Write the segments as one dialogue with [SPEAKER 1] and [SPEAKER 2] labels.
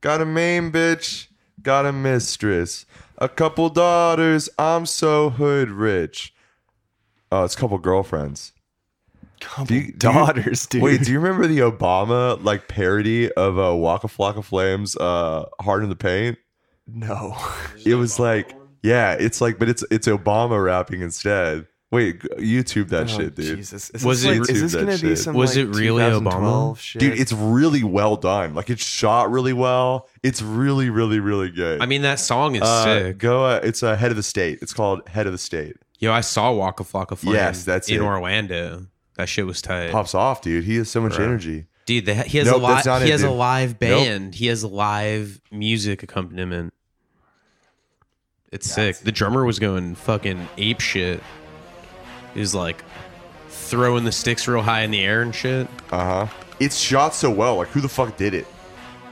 [SPEAKER 1] Got a main bitch, got a mistress, a couple daughters. I'm so hood rich. Oh, it's a couple girlfriends.
[SPEAKER 2] Couple
[SPEAKER 1] Do you- do you-
[SPEAKER 2] daughters, dude.
[SPEAKER 1] Wait, do you remember the Obama like parody of uh, Waka Flocka Flames, uh, Hard in the Paint?
[SPEAKER 2] no.
[SPEAKER 1] It was like, yeah, it's like, but it's it's Obama rapping instead. Wait, g- YouTube that
[SPEAKER 2] Oh,
[SPEAKER 1] shit, dude.
[SPEAKER 2] Jesus. Is
[SPEAKER 3] Was
[SPEAKER 2] this
[SPEAKER 3] it-
[SPEAKER 2] like, is this
[SPEAKER 1] YouTube
[SPEAKER 2] gonna
[SPEAKER 1] that
[SPEAKER 2] be
[SPEAKER 1] shit.
[SPEAKER 2] some
[SPEAKER 3] Was
[SPEAKER 2] like,
[SPEAKER 3] it really Obama?
[SPEAKER 2] 2012 Shit?
[SPEAKER 1] Dude, it's really well done. Like it's shot really well. It's really, really, really good.
[SPEAKER 3] I mean, that song is
[SPEAKER 1] Uh,
[SPEAKER 3] sick.
[SPEAKER 1] Go. Uh, it's uh, head of the state. It's called Head of the State.
[SPEAKER 3] Yo, I saw Waka Flocka Flame.
[SPEAKER 1] Yes, that's
[SPEAKER 3] in
[SPEAKER 1] it.
[SPEAKER 3] Orlando. That shit was tight,
[SPEAKER 1] Pops off, dude. He has so much
[SPEAKER 3] Bruh.
[SPEAKER 1] energy.
[SPEAKER 3] dude. The, he has
[SPEAKER 1] Nope,
[SPEAKER 3] a live.
[SPEAKER 1] that's not
[SPEAKER 3] He
[SPEAKER 1] it,
[SPEAKER 3] has a
[SPEAKER 1] dude.
[SPEAKER 3] live band. He has live music accompaniment. It's sick. The drummer was going fucking ape shit. He was like throwing the sticks real high in the air and shit.
[SPEAKER 1] Uh huh. It's shot so well. Like who the fuck did it?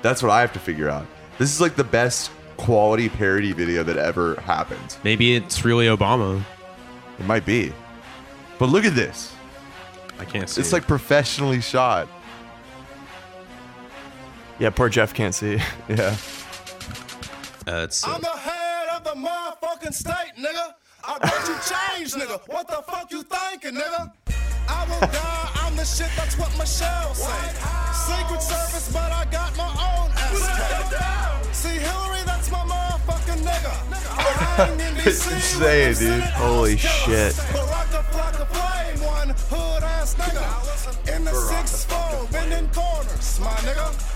[SPEAKER 1] That's what I have to figure out. This is like the best quality parody video that ever happened.
[SPEAKER 3] Maybe it's really Obama.
[SPEAKER 1] It might be. But look at this.
[SPEAKER 3] I can't see.
[SPEAKER 1] It's like professionally shot.
[SPEAKER 2] yeah, poor Jeff can't see.
[SPEAKER 1] Yeah.
[SPEAKER 3] uh, it's sick.
[SPEAKER 4] I'm the head of the motherfucking state, nigga. I got you changed, nigga. What the fuck you thinking, nigga? I will die. I'm the shit. That's what Michelle said. Secret Service, but I got my own ass. See Hillary, that's my motherfucking nigga. I hang in
[SPEAKER 1] It's
[SPEAKER 4] DC with
[SPEAKER 1] insane,
[SPEAKER 4] them
[SPEAKER 1] dude.
[SPEAKER 4] Senate
[SPEAKER 2] Holy
[SPEAKER 4] House killers.
[SPEAKER 2] shit.
[SPEAKER 4] Baraka Flocka Flame, one hood ass nigga. In the sixth floor, bending corners, my nigga.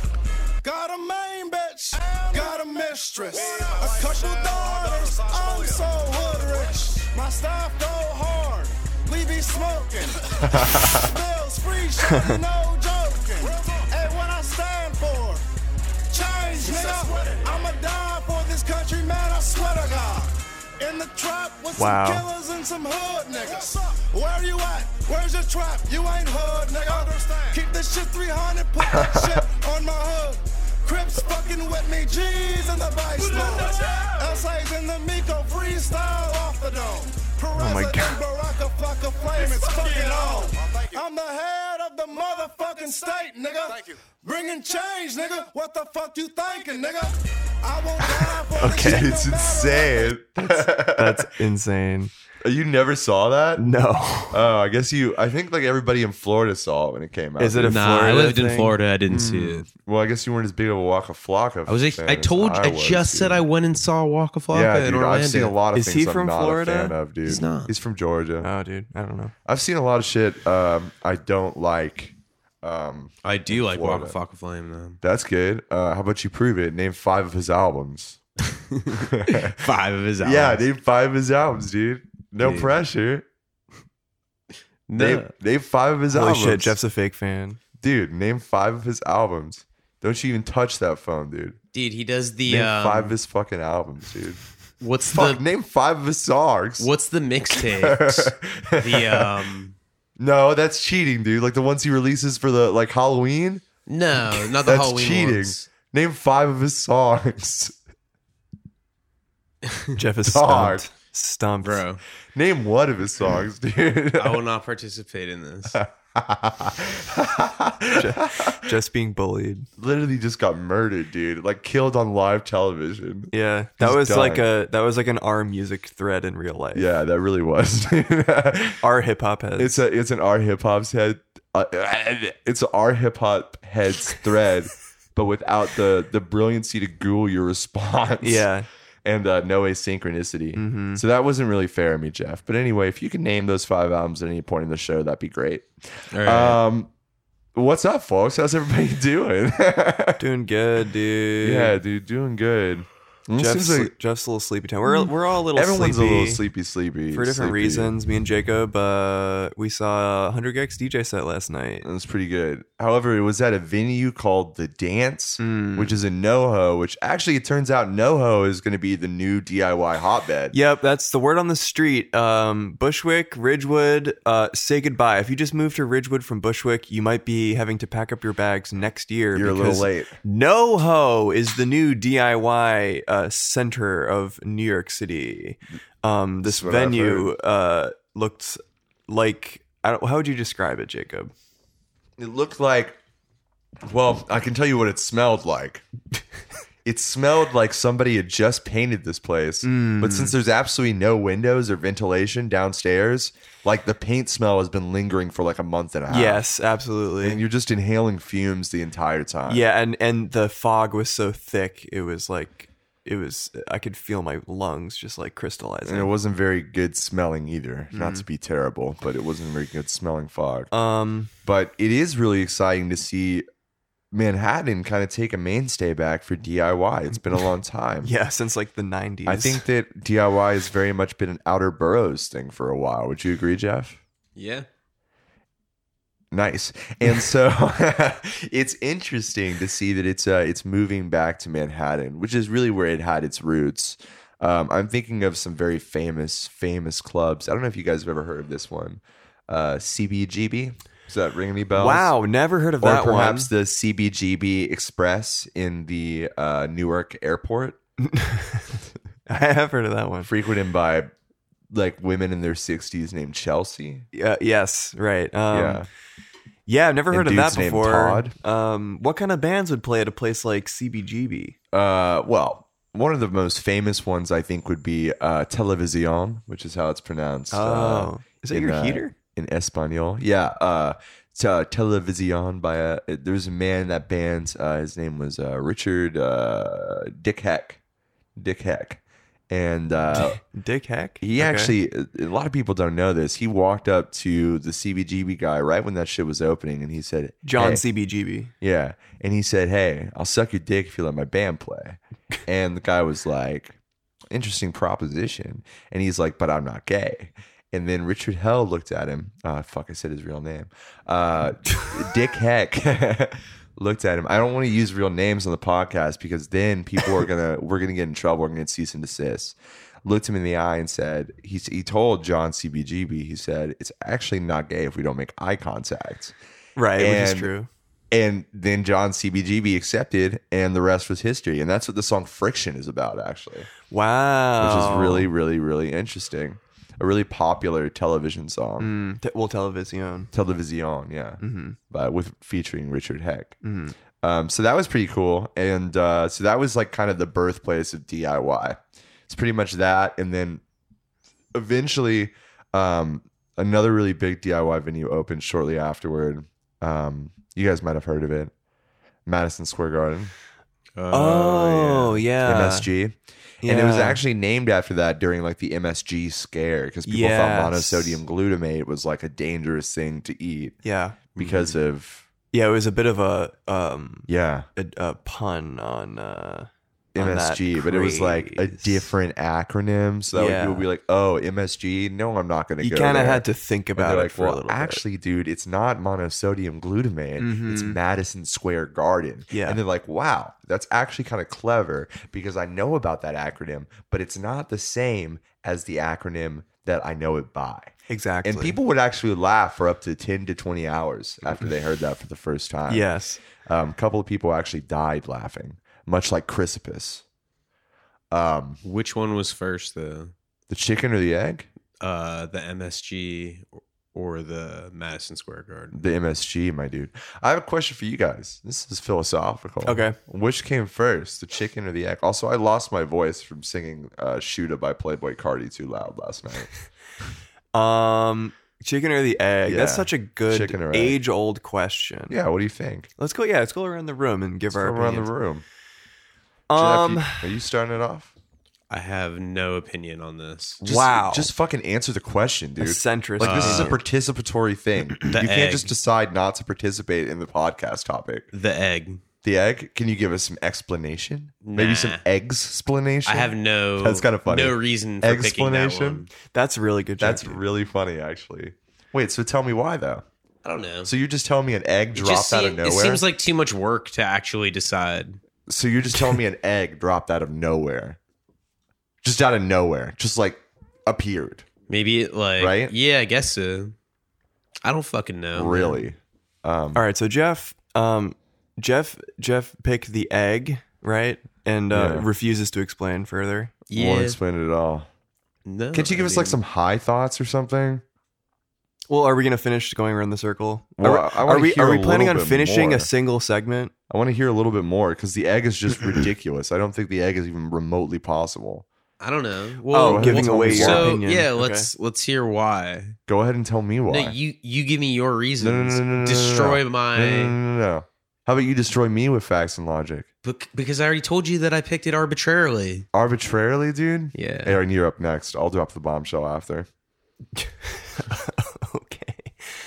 [SPEAKER 4] Got a main bitch, got a mistress, a couple daughters. I'm so hood rich. My staff go hard, we be smoking. Bills free, shit, no joking. And what I stand for, change, nigga. I'ma die for this country, man. I swear to God. In the trap with
[SPEAKER 2] Wow. Oh
[SPEAKER 4] some killers and some hood niggas. Where you at? Where's your trap? You ain't hood, nigga. Keep this shit 300. Put that shit on my hood. Crips fucking with me. G's in the vice lord. Essays in the Miko freestyle off the dome. Oh
[SPEAKER 2] my God.
[SPEAKER 4] Baraka Flocka Flame is fucking on. I'm the head of the motherfucking state, nigga. Bringing change, nigga. What the fuck you thinking, nigga? I won't die for this
[SPEAKER 2] Okay.
[SPEAKER 4] shit, no
[SPEAKER 1] It's
[SPEAKER 4] matter what.
[SPEAKER 1] insane. Oh,
[SPEAKER 2] That's insane.
[SPEAKER 1] you never saw that?
[SPEAKER 2] No.
[SPEAKER 1] Oh, I guess you. I think like everybody in Florida saw it when it came out.
[SPEAKER 2] Is it a
[SPEAKER 3] Nah, I
[SPEAKER 2] Florida
[SPEAKER 3] lived in
[SPEAKER 2] thing?
[SPEAKER 3] Florida. I didn't see it.
[SPEAKER 1] Well, I guess you weren't as big of a Waka Flocka.
[SPEAKER 3] I was.
[SPEAKER 1] fan
[SPEAKER 3] A, I
[SPEAKER 1] as
[SPEAKER 3] told. I,
[SPEAKER 1] was,
[SPEAKER 3] just said
[SPEAKER 1] dude.
[SPEAKER 3] I went and saw Waka Flocka
[SPEAKER 1] Yeah,
[SPEAKER 3] in
[SPEAKER 1] dude.
[SPEAKER 3] Orlando.
[SPEAKER 1] I've seen a lot of
[SPEAKER 2] Is
[SPEAKER 1] things
[SPEAKER 2] he
[SPEAKER 1] I'm
[SPEAKER 2] from
[SPEAKER 1] not
[SPEAKER 2] Florida?
[SPEAKER 1] a fan of, dude.
[SPEAKER 3] He's not.
[SPEAKER 1] He's from Georgia.
[SPEAKER 2] Oh, dude, I don't know.
[SPEAKER 1] I've seen a lot of shit. Um, I don't like. Um,
[SPEAKER 3] I do like
[SPEAKER 1] Florida.
[SPEAKER 3] Waka Flocka Flame though.
[SPEAKER 1] that's good. Uh, how about you prove it? Name five of his albums.
[SPEAKER 3] Five of his albums.
[SPEAKER 1] Yeah, name five of his albums, dude. No
[SPEAKER 3] Dude.
[SPEAKER 1] pressure.
[SPEAKER 3] No.
[SPEAKER 1] Name, name five of his
[SPEAKER 2] Holy
[SPEAKER 1] albums.
[SPEAKER 2] shit, Jeff's a fake fan.
[SPEAKER 1] dude. Name five of his albums. Don't you even touch that phone, dude.
[SPEAKER 3] dude, he does the
[SPEAKER 1] Name
[SPEAKER 3] um,
[SPEAKER 1] five of his fucking albums, dude.
[SPEAKER 3] what's
[SPEAKER 1] Fuck,
[SPEAKER 3] the
[SPEAKER 1] name five of his songs.
[SPEAKER 3] what's the mixtapes? the um
[SPEAKER 1] No, that's cheating, dude. Like the ones he releases for the like Halloween.
[SPEAKER 3] no, not the
[SPEAKER 1] That's
[SPEAKER 3] Halloween
[SPEAKER 1] cheating.
[SPEAKER 3] ones.
[SPEAKER 1] Name five of his songs.
[SPEAKER 2] Jeff is
[SPEAKER 1] Dog.
[SPEAKER 2] stumped. Stumped.
[SPEAKER 3] Bro,
[SPEAKER 1] Name one of his songs, dude.
[SPEAKER 3] I will not participate in this.
[SPEAKER 2] Jeff's being bullied.
[SPEAKER 1] Literally just got murdered, dude. Like killed on live television.
[SPEAKER 2] Yeah, that
[SPEAKER 1] He's
[SPEAKER 2] was
[SPEAKER 1] dying.
[SPEAKER 2] like a that was like an R music thread in real life.
[SPEAKER 1] Yeah, that really was. it's
[SPEAKER 2] R hip hop heads.
[SPEAKER 1] a it's an R hip hop's head. Uh, it's an R hip hop heads thread, but without the the brilliancy to Google your response.
[SPEAKER 2] yeah,
[SPEAKER 1] and uh, no asynchronicity.
[SPEAKER 2] Mm-hmm.
[SPEAKER 1] So that wasn't really fair of me, Jeff. But anyway, if you can name those five albums at any point in the show, that'd be great.
[SPEAKER 3] All right.
[SPEAKER 1] Um, what's up, folks? How's everybody doing?
[SPEAKER 2] doing good, dude.
[SPEAKER 1] yeah, dude, doing good. It
[SPEAKER 2] Jeff's,
[SPEAKER 1] seems like
[SPEAKER 2] sle- Jeff's a little sleepy town. We're we're all a little
[SPEAKER 1] Hmm. everyone's
[SPEAKER 2] sleepy
[SPEAKER 1] a little sleepy, sleepy
[SPEAKER 2] for different
[SPEAKER 1] sleepy.
[SPEAKER 2] reasons. Me and Jacob, uh, we saw a Hundred Gex DJ set last night.
[SPEAKER 1] That's pretty good. However, it was at a venue called The Dance,
[SPEAKER 2] Hmm.
[SPEAKER 1] which is in NoHo, which actually it turns out NoHo is going to be the new DIY hotbed.
[SPEAKER 2] Yep, that's the word on the street. Um, Bushwick, Ridgewood, uh, say goodbye. If you just moved to Ridgewood from Bushwick, you might be having to pack up your bags next year.
[SPEAKER 1] You're a little
[SPEAKER 2] because
[SPEAKER 1] late.
[SPEAKER 2] NoHo is the new DIY uh, center of New York City. Um, this
[SPEAKER 1] That's what I've
[SPEAKER 2] venue uh, looked like I don't. How would you describe it, Jacob?
[SPEAKER 1] It looked like, well, I can tell you what it smelled like. it smelled like somebody had just painted this place.
[SPEAKER 2] Hmm.
[SPEAKER 1] But since there's absolutely no windows or ventilation downstairs, like the paint smell has been lingering for like a month and a half.
[SPEAKER 2] Yes, absolutely.
[SPEAKER 1] Ah. And you're just inhaling fumes the entire time.
[SPEAKER 2] yeah, and and the fog was so thick, it was like it was. I could feel my lungs just like crystallizing.
[SPEAKER 1] And it wasn't very good smelling either. Not
[SPEAKER 2] Mm-hmm.
[SPEAKER 1] to be terrible, but it wasn't very good smelling fog.
[SPEAKER 2] um,
[SPEAKER 1] but it is really exciting to see Manhattan kind of take a mainstay back for DIY. It's been a long time.
[SPEAKER 2] yeah, since like the nineties.
[SPEAKER 1] I think that DIY has very much been an outer boroughs thing for a while. Would you agree, Jeff?
[SPEAKER 3] Yeah.
[SPEAKER 1] Nice. And so it's interesting to see that it's uh, it's moving back to Manhattan, which is really where it had its roots. Um, I'm thinking of some very famous famous clubs. I don't know if you guys have ever heard of this one, uh, CBGB. Does that ring any bells?
[SPEAKER 2] Wow, never heard of
[SPEAKER 1] Or
[SPEAKER 2] that one.
[SPEAKER 1] perhaps the CBGB Express in the uh, Newark Airport,
[SPEAKER 2] I have heard of that one.
[SPEAKER 1] frequented by like women in their 60s named Chelsea.
[SPEAKER 2] Uh, yes, right. Um,
[SPEAKER 1] yeah.
[SPEAKER 2] yeah, yeah, I've never
[SPEAKER 1] And
[SPEAKER 2] heard of that
[SPEAKER 1] dudes named
[SPEAKER 2] before.
[SPEAKER 1] Todd.
[SPEAKER 2] Um, what kind of bands would play at a place like CBGB?
[SPEAKER 1] Uh, well, one of the most famous ones I think would be uh, Television, which is how it's pronounced. uh,
[SPEAKER 2] Oh, is that
[SPEAKER 1] in,
[SPEAKER 2] your
[SPEAKER 1] uh,
[SPEAKER 2] heater?
[SPEAKER 1] in Espanol. Yeah, uh, it's, uh, Television by a, there's a man in that band. Uh, his name was uh, Richard uh, Dick Heck. Dick Heck. And uh,
[SPEAKER 2] Dick Heck.
[SPEAKER 1] He
[SPEAKER 2] Okay.
[SPEAKER 1] actually, a lot of people don't know this. He walked up to the CBGB guy right when that shit was opening, and he said,
[SPEAKER 2] John
[SPEAKER 1] "Hey."
[SPEAKER 2] CBGB.
[SPEAKER 1] Yeah, and he said, "Hey, I'll suck your dick if you let my band play." And the guy was like, "Interesting proposition." And he's like, "But I'm not gay." And then Richard Hell looked at him. Uh, fuck, I said his real name. Uh, dick Heck looked at him. I don't want to use real names on the podcast because then people are gonna we're gonna get in trouble. We're gonna get cease and desist. Looked him in the eye and said, he, s- he told John CBGB, he said, it's actually not gay if we don't make eye contact.
[SPEAKER 2] Right, which
[SPEAKER 1] And-
[SPEAKER 2] is true.
[SPEAKER 1] And then John CBGB accepted, and the rest was history. And that's what the song Friction is about, actually, which
[SPEAKER 2] Wow,
[SPEAKER 1] is really, really, really interesting. A really popular television song,
[SPEAKER 2] Mm, te- well, television.
[SPEAKER 1] Television, yeah, but uh, with featuring Richard Heck.
[SPEAKER 2] Mm-hmm.
[SPEAKER 1] Um, so that was pretty cool. And uh, so that was like kind of the birthplace of DIY. It's pretty much that. And then eventually, um, another really big DIY venue opened shortly afterward. Um, you guys might have heard of it. Madison Square Garden,
[SPEAKER 2] Oh yeah,
[SPEAKER 1] MSG. And it was
[SPEAKER 2] Yeah.
[SPEAKER 1] actually named after that during like the MSG scare because people thought
[SPEAKER 2] Yes.
[SPEAKER 1] monosodium glutamate was like a dangerous thing to eat
[SPEAKER 2] yeah,
[SPEAKER 1] because
[SPEAKER 2] Mm-hmm.
[SPEAKER 1] of,
[SPEAKER 2] yeah. It was a bit of a um
[SPEAKER 1] yeah,
[SPEAKER 2] a, a pun on uh on that
[SPEAKER 1] MSG, but it was like a
[SPEAKER 2] craze.
[SPEAKER 1] different acronym. So that way
[SPEAKER 2] Yeah.
[SPEAKER 1] people would be like, oh, MSG? No, I'm not going to
[SPEAKER 2] You
[SPEAKER 1] go.
[SPEAKER 2] kind of
[SPEAKER 1] there."
[SPEAKER 2] had to think
[SPEAKER 1] And they're
[SPEAKER 2] about it
[SPEAKER 1] like,
[SPEAKER 2] for a
[SPEAKER 1] well,
[SPEAKER 2] little
[SPEAKER 1] actually, dude, it's not monosodium glutamate. It's
[SPEAKER 2] Mhm.
[SPEAKER 1] Madison Square Garden.
[SPEAKER 2] Yeah.
[SPEAKER 1] And they're like, wow, that's actually kind of clever because I know about that acronym, but it's not the same as the acronym that I know it by.
[SPEAKER 2] bit. Exactly.
[SPEAKER 1] And people would actually laugh for up to 10 to 20 hours after they heard that for the first time.
[SPEAKER 2] Yes.
[SPEAKER 1] Um, a couple of people actually died laughing, much like Chrysippus. Um,
[SPEAKER 3] Which one was first, the
[SPEAKER 1] the chicken or the egg?
[SPEAKER 3] uh, the MSG or the Madison Square Garden?
[SPEAKER 1] The MSG, my dude. I have a question for you guys. This is philosophical.
[SPEAKER 2] Okay.
[SPEAKER 1] Which came first, the chicken or the egg? Also, I lost my voice from singing uh, Shooter by Playboy Cardi too loud last night.
[SPEAKER 2] Um, chicken or the egg? That's
[SPEAKER 1] Yeah.
[SPEAKER 2] such a good
[SPEAKER 1] Chicken or egg.
[SPEAKER 2] age-old question.
[SPEAKER 1] yeah, what do you think?
[SPEAKER 2] Let's go. Yeah, let's go around the room and give
[SPEAKER 1] Go
[SPEAKER 2] our
[SPEAKER 1] around the
[SPEAKER 2] opinions.
[SPEAKER 1] room.
[SPEAKER 2] Um,
[SPEAKER 1] Jeff, you- are you starting it off?
[SPEAKER 3] I have no opinion on this.
[SPEAKER 1] Just-
[SPEAKER 2] Wow.
[SPEAKER 1] Just fucking answer the question,
[SPEAKER 2] a
[SPEAKER 1] dude.
[SPEAKER 2] centrist.
[SPEAKER 1] Like this is a
[SPEAKER 2] opinion.
[SPEAKER 1] participatory thing. you
[SPEAKER 3] The
[SPEAKER 1] can't
[SPEAKER 3] egg.
[SPEAKER 1] just decide not to participate in the podcast topic.
[SPEAKER 3] The egg.
[SPEAKER 1] The egg? Can you give us some explanation? Maybe
[SPEAKER 3] Nah.
[SPEAKER 1] some eggs explanation.
[SPEAKER 3] I have no.
[SPEAKER 1] That's kinda funny.
[SPEAKER 3] No reason for picking that
[SPEAKER 1] Explanation?
[SPEAKER 3] one.
[SPEAKER 2] that's a really good.
[SPEAKER 1] That's
[SPEAKER 2] joke, dude.
[SPEAKER 1] really funny, actually. Wait, so tell me why though?
[SPEAKER 3] I don't know.
[SPEAKER 1] So you're just telling me an egg
[SPEAKER 3] It
[SPEAKER 1] dropped
[SPEAKER 3] just
[SPEAKER 1] out of
[SPEAKER 3] seem-
[SPEAKER 1] nowhere?
[SPEAKER 3] It seems like too much work to actually decide.
[SPEAKER 1] so you're just telling me an egg dropped out of nowhere, just out of nowhere, just like appeared.
[SPEAKER 3] Maybe it like
[SPEAKER 1] Right?
[SPEAKER 3] Yeah, I guess so. I don't fucking know.
[SPEAKER 1] really? Um,
[SPEAKER 2] All right, so Jeff, um, Jeff, Jeff picked the egg, right, and uh,
[SPEAKER 1] Yeah.
[SPEAKER 2] refuses to explain further.
[SPEAKER 1] Won't
[SPEAKER 3] Yeah.
[SPEAKER 1] explain it at all.
[SPEAKER 3] No.
[SPEAKER 1] Can't you give
[SPEAKER 3] I
[SPEAKER 1] us like
[SPEAKER 3] mean,
[SPEAKER 1] some high thoughts or something?
[SPEAKER 2] Well, are we gonna finish going around the circle?
[SPEAKER 1] Well,
[SPEAKER 2] are,
[SPEAKER 1] I wanna
[SPEAKER 2] are we
[SPEAKER 1] hear
[SPEAKER 2] are we
[SPEAKER 1] a
[SPEAKER 2] planning on
[SPEAKER 1] little bit
[SPEAKER 2] finishing
[SPEAKER 1] more.
[SPEAKER 2] a single segment?
[SPEAKER 1] I want to hear a little bit more because the egg is just ridiculous. I don't think the egg is even remotely possible.
[SPEAKER 3] I don't
[SPEAKER 1] Oh,
[SPEAKER 3] know. Well,
[SPEAKER 1] we'll
[SPEAKER 2] giving
[SPEAKER 1] tell
[SPEAKER 2] away
[SPEAKER 1] me
[SPEAKER 2] your
[SPEAKER 1] why.
[SPEAKER 3] so
[SPEAKER 2] opinion.
[SPEAKER 3] yeah,
[SPEAKER 2] Okay.
[SPEAKER 3] let's let's hear why.
[SPEAKER 1] Go ahead and tell me why.
[SPEAKER 3] No, you you give me your
[SPEAKER 1] No, no, no,
[SPEAKER 3] reasons.
[SPEAKER 1] no, no, no, no,
[SPEAKER 3] Destroy
[SPEAKER 1] no.
[SPEAKER 3] my
[SPEAKER 1] No, no, no, no, no. How about you destroy me with facts and logic?
[SPEAKER 3] bec- because I already told you that I picked it arbitrarily.
[SPEAKER 1] Arbitrarily, dude?
[SPEAKER 3] Yeah.
[SPEAKER 1] Aaron, you're up next. I'll drop the bombshell after.
[SPEAKER 2] okay.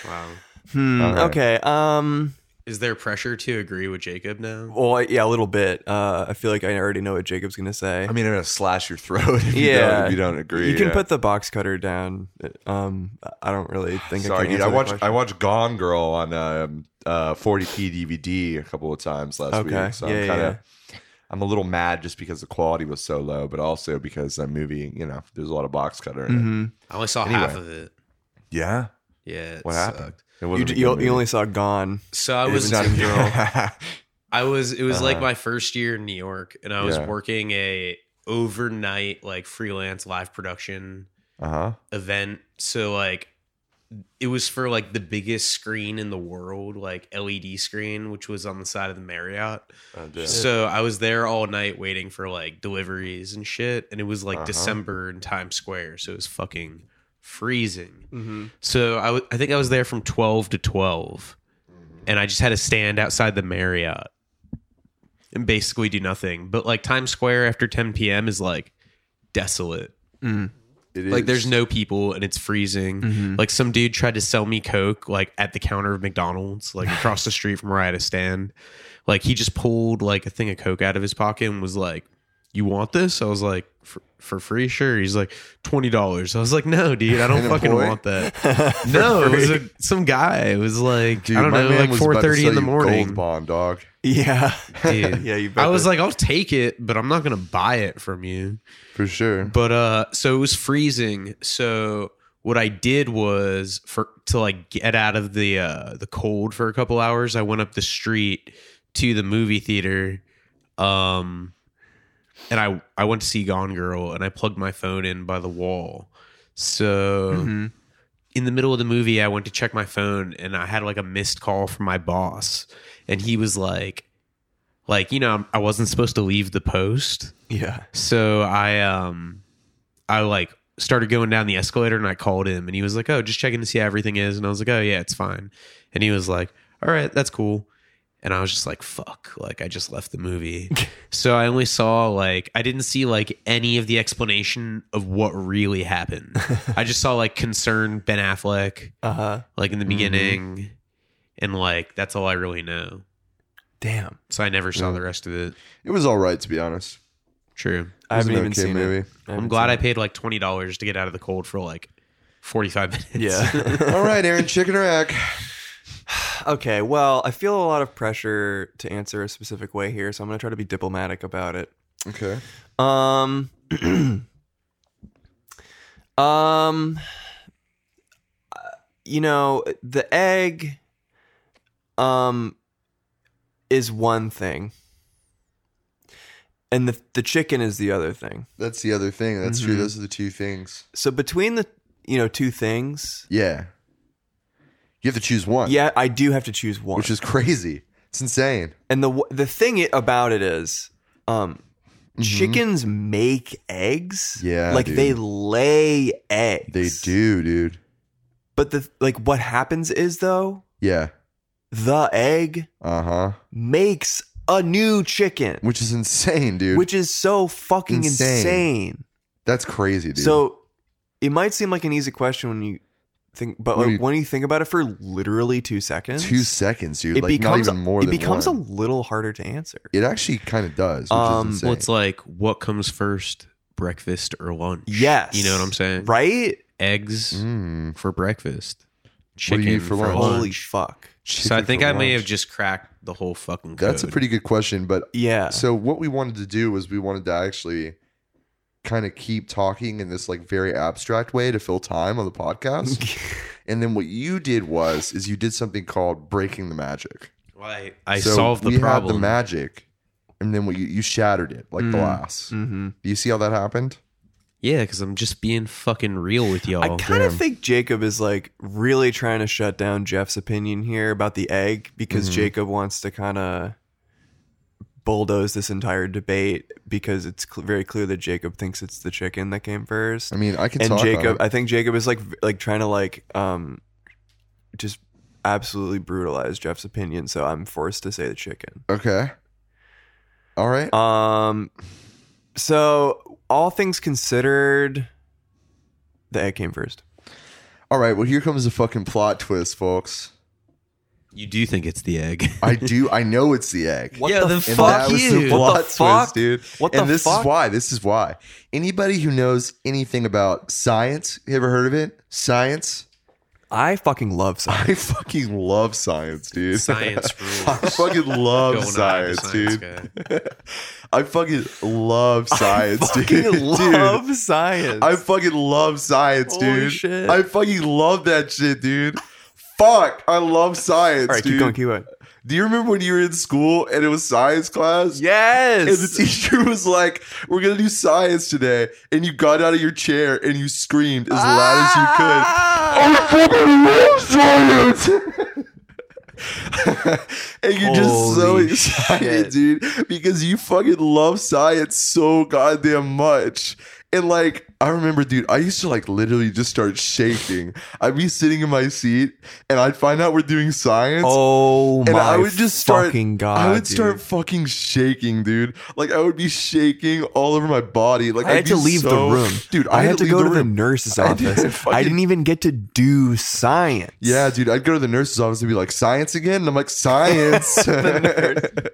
[SPEAKER 3] Wow.
[SPEAKER 2] Hmm,
[SPEAKER 1] All right.
[SPEAKER 2] Okay. Um.
[SPEAKER 3] Is there pressure to agree with Jacob now?
[SPEAKER 2] Well, I- yeah, a little bit. Uh, I feel like I already know what Jacob's gonna say.
[SPEAKER 1] I mean, I'm going to slash your throat if, you,
[SPEAKER 2] Yeah.
[SPEAKER 1] don't, if you don't agree.
[SPEAKER 2] you can
[SPEAKER 1] yeah.
[SPEAKER 2] put the box cutter down. Um, I don't really think. I
[SPEAKER 1] Sorry,
[SPEAKER 2] can
[SPEAKER 1] dude. I
[SPEAKER 2] answer the
[SPEAKER 1] watched
[SPEAKER 2] question.
[SPEAKER 1] I watched Gone Girl on um, uh, 40p DVD a couple of times last
[SPEAKER 2] Okay.
[SPEAKER 1] week, so
[SPEAKER 2] Yeah,
[SPEAKER 1] I'm
[SPEAKER 2] yeah,
[SPEAKER 1] kind of I'm a little mad just because the quality was so low, but also because that movie, you know, there's a lot of box cutter. In it.
[SPEAKER 2] Mhm.
[SPEAKER 3] I only saw
[SPEAKER 1] Anyway.
[SPEAKER 3] half of it.
[SPEAKER 1] Yeah,
[SPEAKER 3] Yeah. It
[SPEAKER 1] what happened?
[SPEAKER 3] sucked.
[SPEAKER 1] It
[SPEAKER 2] Mm-hmm. You,
[SPEAKER 1] wasn't a
[SPEAKER 2] d-
[SPEAKER 1] good
[SPEAKER 2] you,
[SPEAKER 1] movie.
[SPEAKER 2] you only saw Gone.
[SPEAKER 3] So I
[SPEAKER 1] It
[SPEAKER 3] was
[SPEAKER 1] not-
[SPEAKER 3] I was it was like
[SPEAKER 1] Uh-huh.
[SPEAKER 3] my first year in New York and I was
[SPEAKER 1] Yeah.
[SPEAKER 3] working a overnight like freelance live production
[SPEAKER 1] uh-huh.
[SPEAKER 3] event. So like it was for like the biggest screen in the world, like LED screen, which was on the side of the Marriott.
[SPEAKER 1] Oh,
[SPEAKER 3] So I was there all night waiting for like deliveries and shit, and it was like
[SPEAKER 1] Uh-huh.
[SPEAKER 3] December in Times Square, so it was fucking freezing. So I wa- I think I was there from twelve to 12 and I just had to stand outside the Marriott and basically do nothing. But like Times Square after ten p.m. is like desolate.
[SPEAKER 1] It
[SPEAKER 3] Like
[SPEAKER 1] is-
[SPEAKER 3] there's no people and it's freezing.
[SPEAKER 1] Mm-hmm.
[SPEAKER 3] Like some dude tried to sell me Coke like at the counter of McDonald's, like across the street from where I had a stand. Like he just pulled like a thing of Coke out of his pocket and was like, "You want this?" I was like, "For, for free, sure." He's like, 20 dollars." I was like, "No, dude, I don't fucking
[SPEAKER 1] employee?
[SPEAKER 3] want that." no, it was a, some guy. It was like
[SPEAKER 1] Dude,
[SPEAKER 3] I don't
[SPEAKER 1] my
[SPEAKER 3] know,
[SPEAKER 1] man
[SPEAKER 3] like
[SPEAKER 1] was about to
[SPEAKER 3] 4:30
[SPEAKER 1] sell
[SPEAKER 3] in the
[SPEAKER 1] you
[SPEAKER 3] morning.
[SPEAKER 1] Gold bond, dog.
[SPEAKER 2] Yeah.
[SPEAKER 3] Dude.
[SPEAKER 2] yeah. You. bet
[SPEAKER 3] I was
[SPEAKER 2] that-
[SPEAKER 3] like, "I'll take it, but I'm not gonna buy it from you."
[SPEAKER 1] For sure.
[SPEAKER 3] But uh so it was freezing. So what I did was for to like get out of the uh the cold for a couple hours, I went up the street to the movie theater um and I I went to see Gone Girl and I plugged my phone in by the wall. So
[SPEAKER 2] Mhm.
[SPEAKER 3] in the middle of the movie, I went to check my phone and I had like a missed call from my boss and he was like like you know, I wasn't supposed to leave the post.
[SPEAKER 2] Yeah.
[SPEAKER 3] So I um I like started going down the escalator and I called him and he was like, "Oh, just checking to see how everything is." And I was like, "Oh yeah, it's fine." And he was like, "All right, that's cool." And I was just like, "Fuck!" Like I just left the movie, so I only saw like I didn't see like any of the explanation of what really happened. I just saw like concerned Ben Affleck
[SPEAKER 2] Uh huh.
[SPEAKER 3] like in the beginning, and like that's all I really know.
[SPEAKER 2] Damn.
[SPEAKER 3] So I never saw the rest of it.
[SPEAKER 1] it was all right, to be honest.
[SPEAKER 3] True.
[SPEAKER 2] I
[SPEAKER 1] It was
[SPEAKER 2] haven't
[SPEAKER 1] an
[SPEAKER 2] even
[SPEAKER 1] okay
[SPEAKER 2] seen
[SPEAKER 1] movie.
[SPEAKER 2] it. I
[SPEAKER 3] I'm
[SPEAKER 2] haven't
[SPEAKER 3] glad I
[SPEAKER 2] seen
[SPEAKER 3] paid like twenty dollars to get out of the cold for like forty five minutes.
[SPEAKER 2] it. Yeah.
[SPEAKER 1] all right, Aaron, chicken or egg?
[SPEAKER 2] Okay, well, I feel a lot of pressure to answer a specific way here, so I'm going to try to be diplomatic about it.
[SPEAKER 1] Okay.
[SPEAKER 2] Um Um uh, you know, the egg um is one thing. And the the chicken is the other thing.
[SPEAKER 1] That's the other thing. That's true. Those are the two things.
[SPEAKER 2] So between the you know, two things,
[SPEAKER 1] Yeah. You have to choose one.
[SPEAKER 2] yeah, I do have to choose one.
[SPEAKER 1] Which is crazy. It's insane.
[SPEAKER 2] And the the thing it, about it is, um, chickens make eggs.
[SPEAKER 1] Mm-hmm. Yeah,
[SPEAKER 2] like
[SPEAKER 1] dude.
[SPEAKER 2] they lay eggs.
[SPEAKER 1] They do, dude.
[SPEAKER 2] But the like, what happens is though,
[SPEAKER 1] Yeah.
[SPEAKER 2] the egg
[SPEAKER 1] Uh huh.
[SPEAKER 2] makes a new chicken, which,
[SPEAKER 1] Which is insane, dude.
[SPEAKER 2] is so fucking
[SPEAKER 1] Insane.
[SPEAKER 2] insane.
[SPEAKER 1] That's crazy, dude.
[SPEAKER 2] So it might seem like an easy question when you think, but
[SPEAKER 1] When
[SPEAKER 2] like,
[SPEAKER 1] you-
[SPEAKER 2] when you think about it for literally two seconds,
[SPEAKER 1] two seconds, dude.
[SPEAKER 2] it
[SPEAKER 1] like
[SPEAKER 2] becomes
[SPEAKER 1] not even more
[SPEAKER 2] it
[SPEAKER 1] than
[SPEAKER 2] becomes
[SPEAKER 1] one.
[SPEAKER 2] a little harder to answer.
[SPEAKER 1] It actually kind of does. Which
[SPEAKER 2] Um,
[SPEAKER 1] is insane.
[SPEAKER 3] Well, it's like what comes first, breakfast or lunch?
[SPEAKER 2] Yes,
[SPEAKER 3] You know what I'm saying?
[SPEAKER 2] right?
[SPEAKER 3] Eggs
[SPEAKER 1] Mm.
[SPEAKER 3] for breakfast,
[SPEAKER 1] What
[SPEAKER 3] chicken
[SPEAKER 1] do you eat for
[SPEAKER 3] for,
[SPEAKER 1] lunch?
[SPEAKER 3] lunch.
[SPEAKER 2] Holy fuck!
[SPEAKER 3] so I
[SPEAKER 1] Chicken
[SPEAKER 3] think
[SPEAKER 1] for
[SPEAKER 3] I may
[SPEAKER 1] lunch.
[SPEAKER 3] have just cracked the whole fucking. Code.
[SPEAKER 1] That's a pretty good question, but
[SPEAKER 2] Yeah.
[SPEAKER 1] So what we wanted to do was we wanted to actually kind of keep talking in this like very abstract way to fill time on the podcast. and then what you did was is you did something called breaking the magic.
[SPEAKER 3] Well, I, I
[SPEAKER 1] So
[SPEAKER 3] solved
[SPEAKER 1] we
[SPEAKER 3] the
[SPEAKER 1] had
[SPEAKER 3] problem. Mm.
[SPEAKER 1] the magic, and then what you, you shattered it like glass.
[SPEAKER 2] Mm-hmm.
[SPEAKER 1] Do you see how that happened?
[SPEAKER 3] Yeah, because I'm just being fucking real with y'all.
[SPEAKER 2] I kind
[SPEAKER 3] Oh,
[SPEAKER 2] of
[SPEAKER 3] Damn.
[SPEAKER 2] think Jacob is like really trying to shut down Jeff's opinion here about the egg because Jacob wants to kind of bulldoze this entire debate because it's cl- very clear that Jacob thinks it's the chicken that came first.
[SPEAKER 1] I mean, I can
[SPEAKER 2] and
[SPEAKER 1] talk
[SPEAKER 2] Jacob,
[SPEAKER 1] on
[SPEAKER 2] I think Jacob is like v- like trying to like um just absolutely brutalize Jeff's opinion, so I'm forced to say the chicken.
[SPEAKER 1] it. okay. All right.
[SPEAKER 2] Um so all things considered the egg came first.
[SPEAKER 1] All right. Well, here comes the fucking plot twist, folks.
[SPEAKER 3] you do think it's the egg.
[SPEAKER 1] I do. I know it's the egg.
[SPEAKER 2] What
[SPEAKER 3] yeah,
[SPEAKER 2] the
[SPEAKER 3] the,
[SPEAKER 2] f-
[SPEAKER 1] And
[SPEAKER 3] fuck
[SPEAKER 1] that was
[SPEAKER 3] you.
[SPEAKER 1] the
[SPEAKER 2] What
[SPEAKER 1] plot
[SPEAKER 2] the
[SPEAKER 1] twist,
[SPEAKER 2] fuck?
[SPEAKER 1] dude.
[SPEAKER 2] What
[SPEAKER 1] and
[SPEAKER 2] the
[SPEAKER 1] this
[SPEAKER 2] fuck?
[SPEAKER 1] is why. This is why. Anybody who knows anything about science, you ever heard of it? Science.
[SPEAKER 2] I fucking love science.
[SPEAKER 1] I fucking love science, dude.
[SPEAKER 3] Science rules.
[SPEAKER 1] I fucking
[SPEAKER 3] Going
[SPEAKER 1] love
[SPEAKER 3] on with the
[SPEAKER 1] science,
[SPEAKER 3] science
[SPEAKER 1] dude.
[SPEAKER 3] guy.
[SPEAKER 1] I fucking love science,
[SPEAKER 2] fucking
[SPEAKER 1] dude.
[SPEAKER 2] love
[SPEAKER 1] dude.
[SPEAKER 2] science.
[SPEAKER 1] I fucking love science,
[SPEAKER 2] Holy
[SPEAKER 1] dude.
[SPEAKER 2] shit.
[SPEAKER 1] I fucking love that shit, dude. Fuck, I love science,
[SPEAKER 2] All right,
[SPEAKER 1] dude.
[SPEAKER 2] keep going, keep going.
[SPEAKER 1] Do you remember when you were in school and it was science class?
[SPEAKER 2] Yes.
[SPEAKER 1] And the teacher was like, "We're gonna do science today," and you got out of your chair and you screamed as loud
[SPEAKER 2] Ah!
[SPEAKER 1] as you could. and you're just so
[SPEAKER 2] Holy
[SPEAKER 1] excited,
[SPEAKER 2] shit.
[SPEAKER 1] dude, because you fucking love science so goddamn much. And like, I remember, dude, I used to like literally just start shaking. I'd be sitting in my seat and I'd find out we're doing science.
[SPEAKER 2] Oh my
[SPEAKER 1] and I would just start.
[SPEAKER 2] fucking god.
[SPEAKER 1] I would start
[SPEAKER 2] dude.
[SPEAKER 1] fucking shaking, dude. Like I would be shaking all over my body. Like
[SPEAKER 2] I had
[SPEAKER 1] I'd
[SPEAKER 2] to
[SPEAKER 1] be
[SPEAKER 2] leave
[SPEAKER 1] so-
[SPEAKER 2] the room.
[SPEAKER 1] dude. I,
[SPEAKER 2] I,
[SPEAKER 1] had
[SPEAKER 2] had to
[SPEAKER 1] leave
[SPEAKER 2] go to
[SPEAKER 1] the
[SPEAKER 2] the
[SPEAKER 1] room.
[SPEAKER 2] nurse's
[SPEAKER 1] I didn't
[SPEAKER 2] office. I didn't,
[SPEAKER 1] fucking-
[SPEAKER 2] even get to do science.
[SPEAKER 1] Yeah, dude. I'd go to the nurse's office and be like, "Science again," and I'm like, "Science." and
[SPEAKER 2] The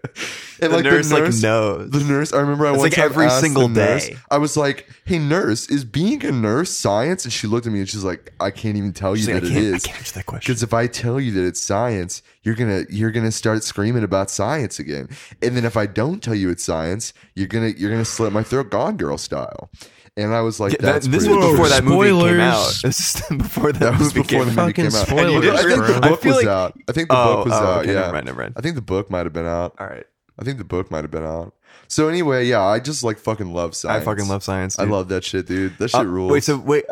[SPEAKER 2] nurse, like, knows.
[SPEAKER 1] The nurse. I remember I
[SPEAKER 2] It's
[SPEAKER 1] one
[SPEAKER 2] like
[SPEAKER 1] time
[SPEAKER 2] every
[SPEAKER 1] asked
[SPEAKER 2] single
[SPEAKER 1] the nurse,
[SPEAKER 2] day.
[SPEAKER 1] I was like, "Hey, nurse, is being a nurse science?" And she looked at me and she's like, "I can't even tell
[SPEAKER 2] She's
[SPEAKER 1] you
[SPEAKER 2] like,
[SPEAKER 1] that
[SPEAKER 2] I
[SPEAKER 1] it
[SPEAKER 2] can't, I
[SPEAKER 1] is."
[SPEAKER 2] can't answer that question.
[SPEAKER 1] Because if I tell you that it's science, you're gonna you're gonna start screaming about science again. And then if I don't tell you it's science, you're gonna you're gonna slit my throat, Gone Girl style. And I was like,
[SPEAKER 2] Yeah, that-
[SPEAKER 1] that's
[SPEAKER 2] this was
[SPEAKER 1] pretty cool.
[SPEAKER 2] before that movie came
[SPEAKER 3] Spoilers.
[SPEAKER 2] out. This is before that,
[SPEAKER 1] That was
[SPEAKER 2] movie
[SPEAKER 1] before the
[SPEAKER 2] came
[SPEAKER 1] movie
[SPEAKER 2] out.
[SPEAKER 1] came
[SPEAKER 3] Fucking
[SPEAKER 1] out.
[SPEAKER 3] spoilers,
[SPEAKER 1] I think
[SPEAKER 3] bro.
[SPEAKER 1] the
[SPEAKER 2] I
[SPEAKER 1] book
[SPEAKER 2] feel
[SPEAKER 1] was
[SPEAKER 2] like-
[SPEAKER 1] out. I think the
[SPEAKER 2] Oh,
[SPEAKER 1] book was
[SPEAKER 2] oh,
[SPEAKER 1] out.
[SPEAKER 2] okay,
[SPEAKER 1] yeah,
[SPEAKER 2] never mind, never mind.
[SPEAKER 1] I think the book might have been out.
[SPEAKER 2] All right.
[SPEAKER 1] I think the book might have been out. So anyway, yeah, I just like fucking love
[SPEAKER 2] I
[SPEAKER 1] science.
[SPEAKER 2] fucking love science.
[SPEAKER 1] I
[SPEAKER 2] dude.
[SPEAKER 1] love that shit, dude. That shit
[SPEAKER 2] Uh,
[SPEAKER 1] rules.
[SPEAKER 2] Wait, so wait.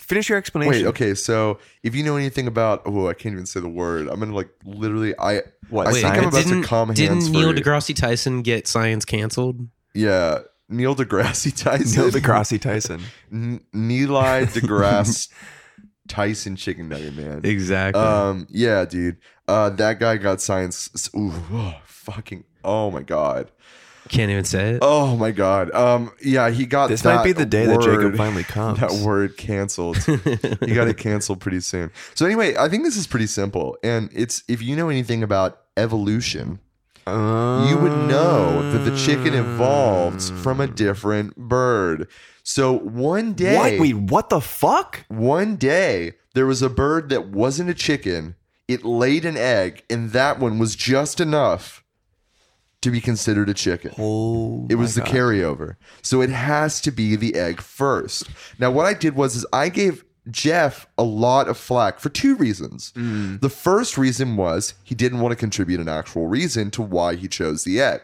[SPEAKER 2] Finish your explanation.
[SPEAKER 1] Wait, okay, so if you know anything about oh, I can't even say the word. I'm gonna like literally I
[SPEAKER 2] What?
[SPEAKER 1] I
[SPEAKER 3] Wait,
[SPEAKER 1] think I'm
[SPEAKER 2] science?
[SPEAKER 1] about to
[SPEAKER 3] didn't,
[SPEAKER 1] come hands
[SPEAKER 3] didn't Neil
[SPEAKER 1] free.
[SPEAKER 3] deGrasse Tyson get science canceled?
[SPEAKER 1] Yeah. Neil deGrasse Tyson.
[SPEAKER 2] Neil deGrasse Tyson.
[SPEAKER 1] N- Neil deGrasse Tyson chicken nugget man.
[SPEAKER 3] Exactly.
[SPEAKER 1] Um, yeah, dude. Uh, that guy got science. s- Ooh, oh, fucking. Oh my god.
[SPEAKER 3] Can't even say it.
[SPEAKER 1] Oh my god. Um, yeah, he got.
[SPEAKER 2] This might
[SPEAKER 1] that
[SPEAKER 2] be the day that Jacob finally comes.
[SPEAKER 1] That word canceled. you got it canceled pretty soon. So anyway, I think this is pretty simple, and it's if you know anything about evolution, you would know that the chicken evolved from a different bird. So one day,
[SPEAKER 2] Uh, What? Wait, what the fuck?
[SPEAKER 1] one day there was a bird that wasn't a chicken. It laid an egg, and that one was just enough to be considered a chicken.
[SPEAKER 2] Oh,
[SPEAKER 1] It was the carryover. So it has to be the egg first. Now, what I did was is I gave Jeff a lot of flack for two reasons. The first reason was he didn't want to contribute an actual reason to why he chose the egg.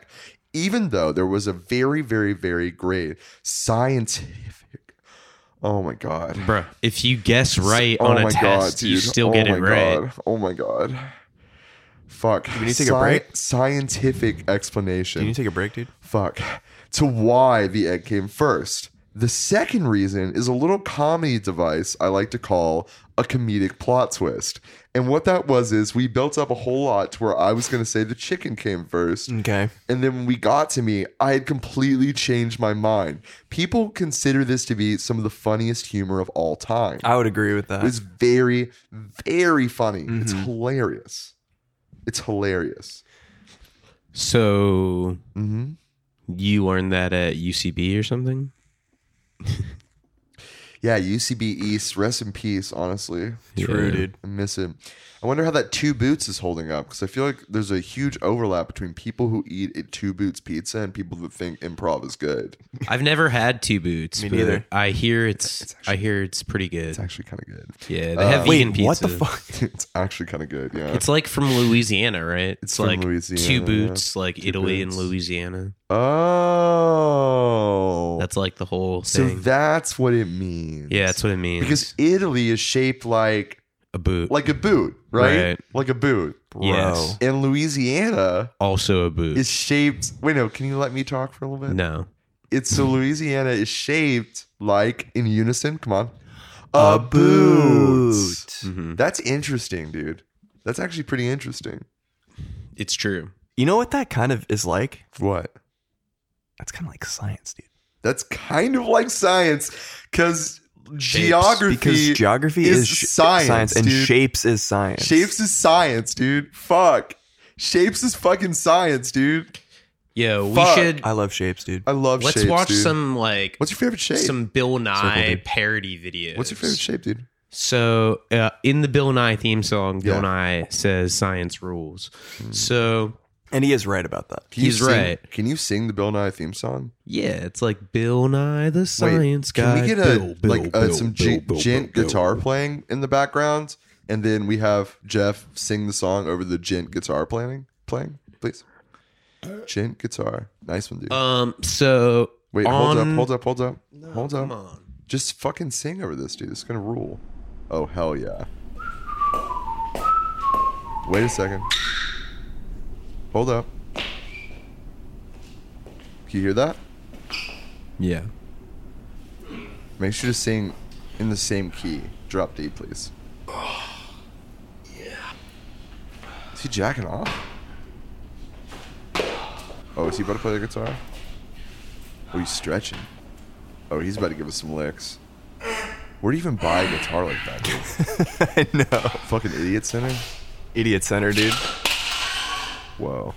[SPEAKER 1] Even though there was a very, very, very great scientific Oh my god.
[SPEAKER 3] Bruh, if you guess right
[SPEAKER 1] oh
[SPEAKER 3] on a
[SPEAKER 1] my
[SPEAKER 3] test,
[SPEAKER 1] god, dude.
[SPEAKER 3] you still
[SPEAKER 1] oh
[SPEAKER 3] get
[SPEAKER 1] my
[SPEAKER 3] it right.
[SPEAKER 1] God. Oh my god. Fuck. We
[SPEAKER 2] need to take a break?
[SPEAKER 1] Scientific explanation
[SPEAKER 2] Can you take a break, dude?
[SPEAKER 1] fuck to why the egg came first. The second reason is a little comedy device I like to call a comedic plot twist. And what that was is we built up a whole lot to where I was going to say the chicken came first.
[SPEAKER 2] Okay.
[SPEAKER 1] And then when we got to me, I had completely changed my mind. People consider this to be some of the funniest humor of all time.
[SPEAKER 2] I would agree with that.
[SPEAKER 1] It's very, very funny. It's hilarious. It's hilarious.
[SPEAKER 3] So
[SPEAKER 1] Mm-hmm.
[SPEAKER 3] you learned that at UCB or something?
[SPEAKER 1] Yeah, UCB East, rest in peace, honestly.
[SPEAKER 2] True,
[SPEAKER 3] Yeah.
[SPEAKER 2] dude.
[SPEAKER 1] I miss it. I wonder how that Two Boots is holding up because I feel like there's a huge overlap between people who eat a Two Boots pizza and people that think improv is good.
[SPEAKER 3] I've never had two boots.
[SPEAKER 2] Me
[SPEAKER 3] but
[SPEAKER 2] neither.
[SPEAKER 3] I hear it's, I hear it's pretty good.
[SPEAKER 1] It's actually uh, kind of good.
[SPEAKER 3] yeah, they have
[SPEAKER 2] Wait,
[SPEAKER 3] vegan pizza.
[SPEAKER 2] what the fuck?
[SPEAKER 1] it's actually kind of good. Yeah.
[SPEAKER 3] It's like from Louisiana, right? It's,
[SPEAKER 1] from
[SPEAKER 3] like
[SPEAKER 1] Louisiana,
[SPEAKER 3] two boots, like Italy
[SPEAKER 1] Boots.
[SPEAKER 3] and Louisiana.
[SPEAKER 1] oh,
[SPEAKER 3] That's That's like the whole
[SPEAKER 1] So
[SPEAKER 3] thing.
[SPEAKER 1] that's what it means.
[SPEAKER 3] yeah, that's what it means.
[SPEAKER 1] because Italy is shaped like
[SPEAKER 3] a boot,
[SPEAKER 1] like a boot, right?
[SPEAKER 3] Right.
[SPEAKER 1] Like a boot.
[SPEAKER 3] yes,
[SPEAKER 1] And Louisiana
[SPEAKER 3] also a boot.
[SPEAKER 1] is shaped. Wait, no. Can you let me talk for a little bit?
[SPEAKER 3] no,
[SPEAKER 1] It's so Louisiana is shaped like in unison. Come on, a, boot. That's interesting, dude. That's actually pretty interesting.
[SPEAKER 3] it's true.
[SPEAKER 2] You know what that kind of is like?
[SPEAKER 1] What?
[SPEAKER 2] That's kind of like science, dude.
[SPEAKER 1] That's kind of like science, because geography
[SPEAKER 2] Because geography
[SPEAKER 1] is
[SPEAKER 2] is, sh-
[SPEAKER 1] science,
[SPEAKER 2] and
[SPEAKER 1] dude.
[SPEAKER 2] shapes is science.
[SPEAKER 1] shapes is science, dude. Fuck, shapes is fucking science, dude.
[SPEAKER 3] Yeah, we
[SPEAKER 1] Fuck.
[SPEAKER 3] should.
[SPEAKER 2] I love shapes, dude.
[SPEAKER 1] I love.
[SPEAKER 3] let's
[SPEAKER 1] shapes,
[SPEAKER 3] watch
[SPEAKER 1] dude.
[SPEAKER 3] some like
[SPEAKER 1] What's your favorite shape?
[SPEAKER 3] some Bill Nye
[SPEAKER 2] dude.
[SPEAKER 3] parody videos.
[SPEAKER 1] What's your favorite shape, dude?
[SPEAKER 3] So uh, in the Bill Nye theme song, Bill
[SPEAKER 1] Yeah. Hmm.
[SPEAKER 3] Nye says science rules. So
[SPEAKER 2] And he is right about that.
[SPEAKER 1] Can you
[SPEAKER 3] He's
[SPEAKER 1] sing-
[SPEAKER 3] right.
[SPEAKER 1] Can you sing the Bill Nye theme song?
[SPEAKER 3] yeah, it's like Bill Nye the
[SPEAKER 1] Wait,
[SPEAKER 3] science
[SPEAKER 1] can
[SPEAKER 3] guy.
[SPEAKER 1] we get a
[SPEAKER 3] Bill, Bill,
[SPEAKER 1] like uh,
[SPEAKER 3] Bill,
[SPEAKER 1] some
[SPEAKER 3] Bill,
[SPEAKER 1] G-
[SPEAKER 3] Bill,
[SPEAKER 1] gent
[SPEAKER 3] Bill, Bill.
[SPEAKER 1] guitar playing in the background, and then we have Jeff sing the song over the gent guitar playing, playing, please. Gent guitar, nice one, dude.
[SPEAKER 3] Um. So
[SPEAKER 1] Wait,
[SPEAKER 3] on,
[SPEAKER 1] hold up, hold up, hold up, hold up.
[SPEAKER 3] Come on.
[SPEAKER 1] Just fucking sing over this, dude. It's gonna rule. Oh hell yeah. Wait a second. Hold up. Can you hear that?
[SPEAKER 3] Yeah.
[SPEAKER 1] Make sure to sing in the same key. Drop D, please. yeah. Is he jacking off? Oh, is he about to play the guitar? Oh, he's stretching. Oh, he's about to give us some licks. Where do you even buy a guitar like that, dude?
[SPEAKER 2] I know.
[SPEAKER 1] Fucking idiot center?
[SPEAKER 2] Idiot center, dude.
[SPEAKER 1] Whoa.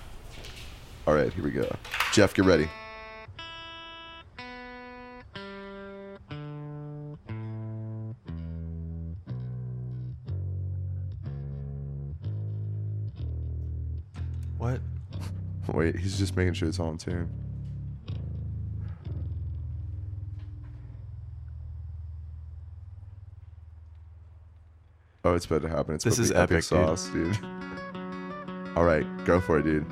[SPEAKER 1] All right, here we go. Jeff, get ready.
[SPEAKER 2] What?
[SPEAKER 1] Wait, he's just making sure it's all in tune. Oh, it's about to happen. It's
[SPEAKER 2] This
[SPEAKER 1] about to
[SPEAKER 2] is
[SPEAKER 1] be epic,
[SPEAKER 2] epic, dude.
[SPEAKER 1] sauce, dude. All right, go for it, dude.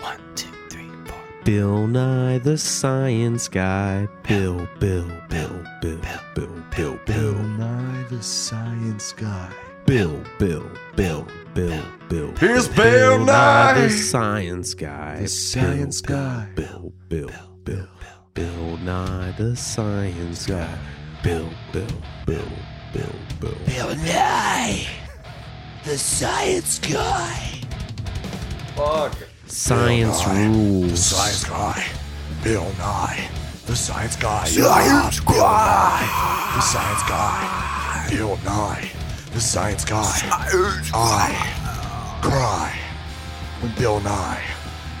[SPEAKER 2] One, two, three, four.
[SPEAKER 3] Bill Nye the science guy. Bill, Bill, Bill, Bill, Bill, Bill, Bill,
[SPEAKER 1] Nye the Science Guy.
[SPEAKER 3] Bill, Bill, Bill, Bill, Bill.
[SPEAKER 1] Here's Bill Nye.
[SPEAKER 3] the science guy. Bill,
[SPEAKER 1] science
[SPEAKER 3] Bill,
[SPEAKER 1] guy.
[SPEAKER 3] Bill, Bill, Bill, Bill Nye the science guy. Bill, Bill, Bill, Bill, Bill.
[SPEAKER 5] Bill Nye, the science guy.
[SPEAKER 3] Science rules.
[SPEAKER 5] Science guy. Bill Nye, the science guy. Science guy. The science guy. Bill Nye, the science guy. I cry when Bill Nye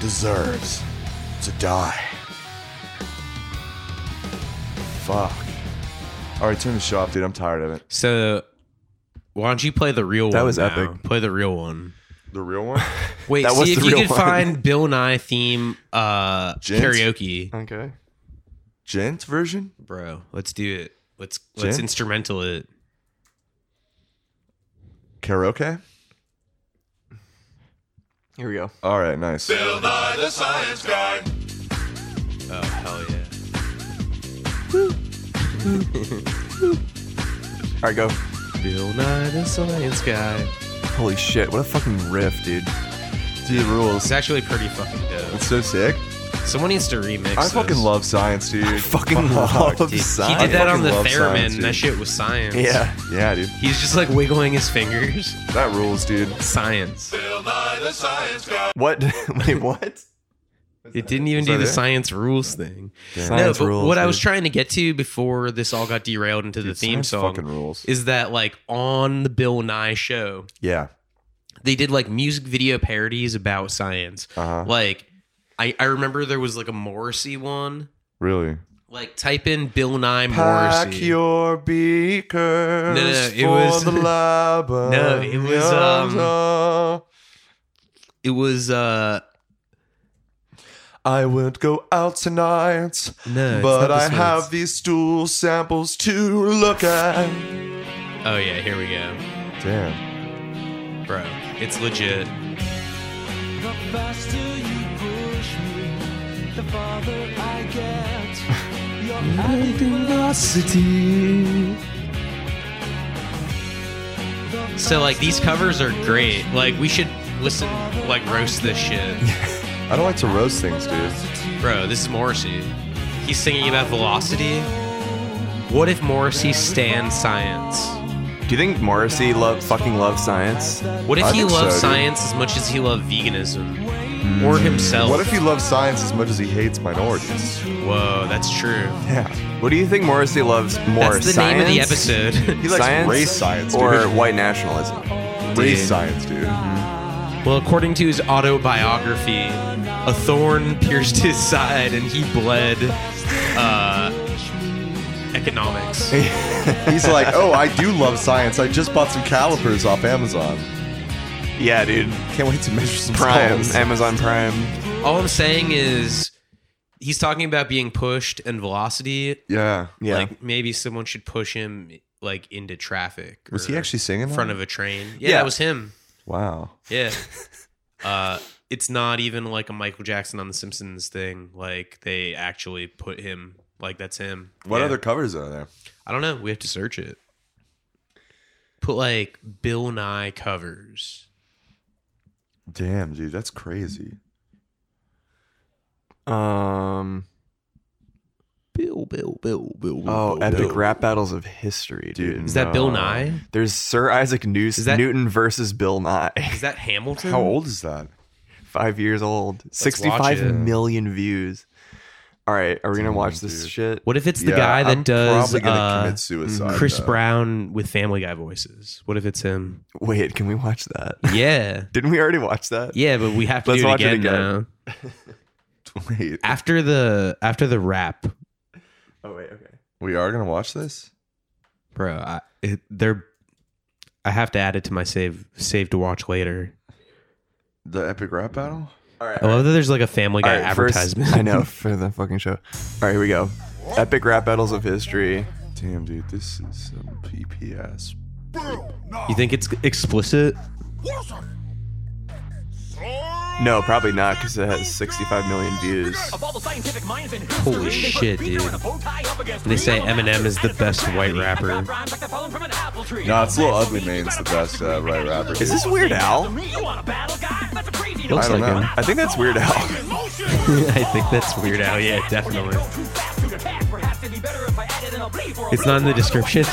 [SPEAKER 5] deserves to die.
[SPEAKER 1] Fuck. All right, turn the show off, dude. I'm tired of it.
[SPEAKER 3] So, why don't you play the real
[SPEAKER 2] That
[SPEAKER 3] one?
[SPEAKER 2] was
[SPEAKER 3] now?
[SPEAKER 2] epic.
[SPEAKER 3] Play the real one.
[SPEAKER 1] The real one?
[SPEAKER 3] Wait,
[SPEAKER 2] That
[SPEAKER 3] see
[SPEAKER 2] was
[SPEAKER 3] if
[SPEAKER 2] the
[SPEAKER 3] you
[SPEAKER 2] real
[SPEAKER 3] could
[SPEAKER 2] one.
[SPEAKER 3] find Bill Nye theme uh,
[SPEAKER 1] Gents?
[SPEAKER 3] karaoke,
[SPEAKER 2] Okay.
[SPEAKER 1] Gent version?
[SPEAKER 3] bro. Let's do it. Let's let's
[SPEAKER 1] Gents?
[SPEAKER 3] instrumental it.
[SPEAKER 1] Karaoke?
[SPEAKER 2] Here we go.
[SPEAKER 1] All right, nice.
[SPEAKER 3] Oh hell yeah!
[SPEAKER 2] All right, go.
[SPEAKER 3] Bill Nye the Science Guy.
[SPEAKER 2] Holy shit! What a fucking riff, dude.
[SPEAKER 1] Dude, rules.
[SPEAKER 3] It's actually pretty fucking dope.
[SPEAKER 1] It's so sick.
[SPEAKER 3] Someone needs to remix.
[SPEAKER 1] I
[SPEAKER 3] this.
[SPEAKER 1] fucking love science, dude.
[SPEAKER 2] Fucking
[SPEAKER 1] Fuck,
[SPEAKER 2] love
[SPEAKER 1] dude.
[SPEAKER 3] Dude, he
[SPEAKER 2] science.
[SPEAKER 3] did that
[SPEAKER 1] I
[SPEAKER 3] on the
[SPEAKER 1] fucking love
[SPEAKER 3] theremin.
[SPEAKER 1] science, dude.
[SPEAKER 3] that shit was science.
[SPEAKER 2] Yeah.
[SPEAKER 1] Yeah, dude.
[SPEAKER 3] he's just like wiggling his fingers.
[SPEAKER 1] That rules, dude.
[SPEAKER 3] Science.
[SPEAKER 2] What? Wait, what?
[SPEAKER 3] It didn't even
[SPEAKER 1] that
[SPEAKER 3] do the
[SPEAKER 1] it?
[SPEAKER 3] science rules thing.
[SPEAKER 2] Science
[SPEAKER 3] no, but
[SPEAKER 2] rules,
[SPEAKER 3] what I was
[SPEAKER 2] dude.
[SPEAKER 3] trying to get to before this all got derailed into the theme
[SPEAKER 1] Science
[SPEAKER 3] song
[SPEAKER 1] fucking rules.
[SPEAKER 3] is that like on the Bill Nye show,
[SPEAKER 1] yeah.
[SPEAKER 3] they did like music video parodies about science.
[SPEAKER 1] Uh huh.
[SPEAKER 3] Like I, I remember there was like a Morrissey one.
[SPEAKER 1] Really.
[SPEAKER 3] Like type in Bill Nye
[SPEAKER 1] Pack
[SPEAKER 3] Morrissey.
[SPEAKER 1] your beakers
[SPEAKER 3] No, no, no, it
[SPEAKER 1] for
[SPEAKER 3] was-
[SPEAKER 1] the lab.
[SPEAKER 3] No, it was, um, it was uh
[SPEAKER 1] I won't go out tonight,
[SPEAKER 3] no, it's
[SPEAKER 1] but
[SPEAKER 3] not
[SPEAKER 1] I
[SPEAKER 3] this one,
[SPEAKER 1] have these stool samples to look at.
[SPEAKER 3] it's- Oh yeah, here we go,
[SPEAKER 1] Damn.
[SPEAKER 3] bro. It's legit.
[SPEAKER 6] The faster you push me, the farther I get. Your added velocity.
[SPEAKER 3] So like these covers are great. Like we should listen, like roast this shit,
[SPEAKER 1] I don't like to roast things, dude.
[SPEAKER 3] bro. This is Morrissey. He's singing about velocity. What if Morrissey stands science?
[SPEAKER 2] Do you think Morrissey love fucking loves science?
[SPEAKER 3] What if
[SPEAKER 1] I
[SPEAKER 3] he
[SPEAKER 1] think so,
[SPEAKER 3] loved
[SPEAKER 1] dude. Hmm.
[SPEAKER 3] science as much as he loved veganism or himself?
[SPEAKER 1] What if he loves science as much as he hates minorities?
[SPEAKER 3] Whoa, that's true.
[SPEAKER 1] Yeah.
[SPEAKER 2] What do you think Morrissey loves more?
[SPEAKER 3] that's the
[SPEAKER 2] science?
[SPEAKER 3] name of the episode.
[SPEAKER 1] He likes
[SPEAKER 2] Science
[SPEAKER 1] race science, dude.
[SPEAKER 2] or white nationalism.
[SPEAKER 1] Race
[SPEAKER 3] Dude.
[SPEAKER 1] science, dude.
[SPEAKER 3] well, according to his autobiography, a thorn pierced his side and he bled uh, economics.
[SPEAKER 1] He's like, oh, I do love science. I just bought some calipers off Amazon.
[SPEAKER 2] Yeah, dude.
[SPEAKER 1] Can't wait to measure some
[SPEAKER 2] Prime,
[SPEAKER 1] skulls.
[SPEAKER 2] Amazon Prime.
[SPEAKER 3] All I'm saying is he's talking about being pushed and velocity.
[SPEAKER 1] yeah.
[SPEAKER 2] Yeah.
[SPEAKER 3] Like maybe someone should push him like into traffic.
[SPEAKER 1] Was
[SPEAKER 3] or
[SPEAKER 1] he actually singing
[SPEAKER 3] in
[SPEAKER 1] that?
[SPEAKER 3] front of a train? Yeah,
[SPEAKER 2] Yeah.
[SPEAKER 3] that was him.
[SPEAKER 1] Wow.
[SPEAKER 3] Yeah. uh, it's not even like a Michael Jackson on The Simpsons thing. Like they actually put him. Like that's him.
[SPEAKER 1] What
[SPEAKER 3] Yeah.
[SPEAKER 1] other covers are there?
[SPEAKER 3] I don't know. We have to search it. Put like Bill Nye covers.
[SPEAKER 1] Damn, dude, that's crazy.
[SPEAKER 2] um.
[SPEAKER 3] Bill, Bill, Bill, Bill.
[SPEAKER 2] Oh, epic rap battles of history, dude.
[SPEAKER 1] Dude,
[SPEAKER 3] Is that Bill
[SPEAKER 1] no.
[SPEAKER 3] Nye?
[SPEAKER 2] There's Sir Isaac News-
[SPEAKER 3] Is that-
[SPEAKER 2] Newton versus Bill Nye.
[SPEAKER 3] Is that Hamilton?
[SPEAKER 1] How old is that?
[SPEAKER 2] Five years old.
[SPEAKER 3] watch
[SPEAKER 2] Sixty-five
[SPEAKER 3] it.
[SPEAKER 2] million views. All right, are we gonna watch this shit?
[SPEAKER 3] What if it's the
[SPEAKER 1] Yeah,
[SPEAKER 3] guy that
[SPEAKER 1] I'm
[SPEAKER 3] does
[SPEAKER 1] probably gonna
[SPEAKER 3] uh,
[SPEAKER 1] commit suicide.
[SPEAKER 3] Chris
[SPEAKER 1] though.
[SPEAKER 3] Brown with Family Guy voices? What if it's him?
[SPEAKER 2] Wait, can we watch that?
[SPEAKER 3] Yeah,
[SPEAKER 2] Didn't we already watch that?
[SPEAKER 3] yeah, but we have to
[SPEAKER 2] Let's
[SPEAKER 3] do it
[SPEAKER 2] watch it
[SPEAKER 3] again,
[SPEAKER 2] again.
[SPEAKER 3] now.
[SPEAKER 1] Wait,
[SPEAKER 3] After the after the rap,
[SPEAKER 2] Oh wait, okay.
[SPEAKER 1] we are gonna watch this?
[SPEAKER 3] bro. I, it, they're. I have to add it to my save save to watch later.
[SPEAKER 1] The epic rap battle?
[SPEAKER 2] All right.
[SPEAKER 3] I love that there's like a Family Guy
[SPEAKER 2] All right, first-
[SPEAKER 3] Oh, advertisement.
[SPEAKER 2] I know for the fucking show. All right, here we go. Epic rap battles of history.
[SPEAKER 1] Damn, dude, this is some PPS.
[SPEAKER 3] you think it's explicit?
[SPEAKER 2] No, probably not because it has 65 million views.
[SPEAKER 3] Holy shit, dude! They say Eminem is the best white rapper.
[SPEAKER 1] Nah, it's Lil Ugly Mane's the best uh, right rapper.
[SPEAKER 2] Is this Weird Al?
[SPEAKER 3] Looks
[SPEAKER 1] I don't
[SPEAKER 3] like
[SPEAKER 1] know.
[SPEAKER 3] him.
[SPEAKER 2] I think that's Weird Al.
[SPEAKER 3] I think that's Weird Al. Yeah, definitely. It's not in the description.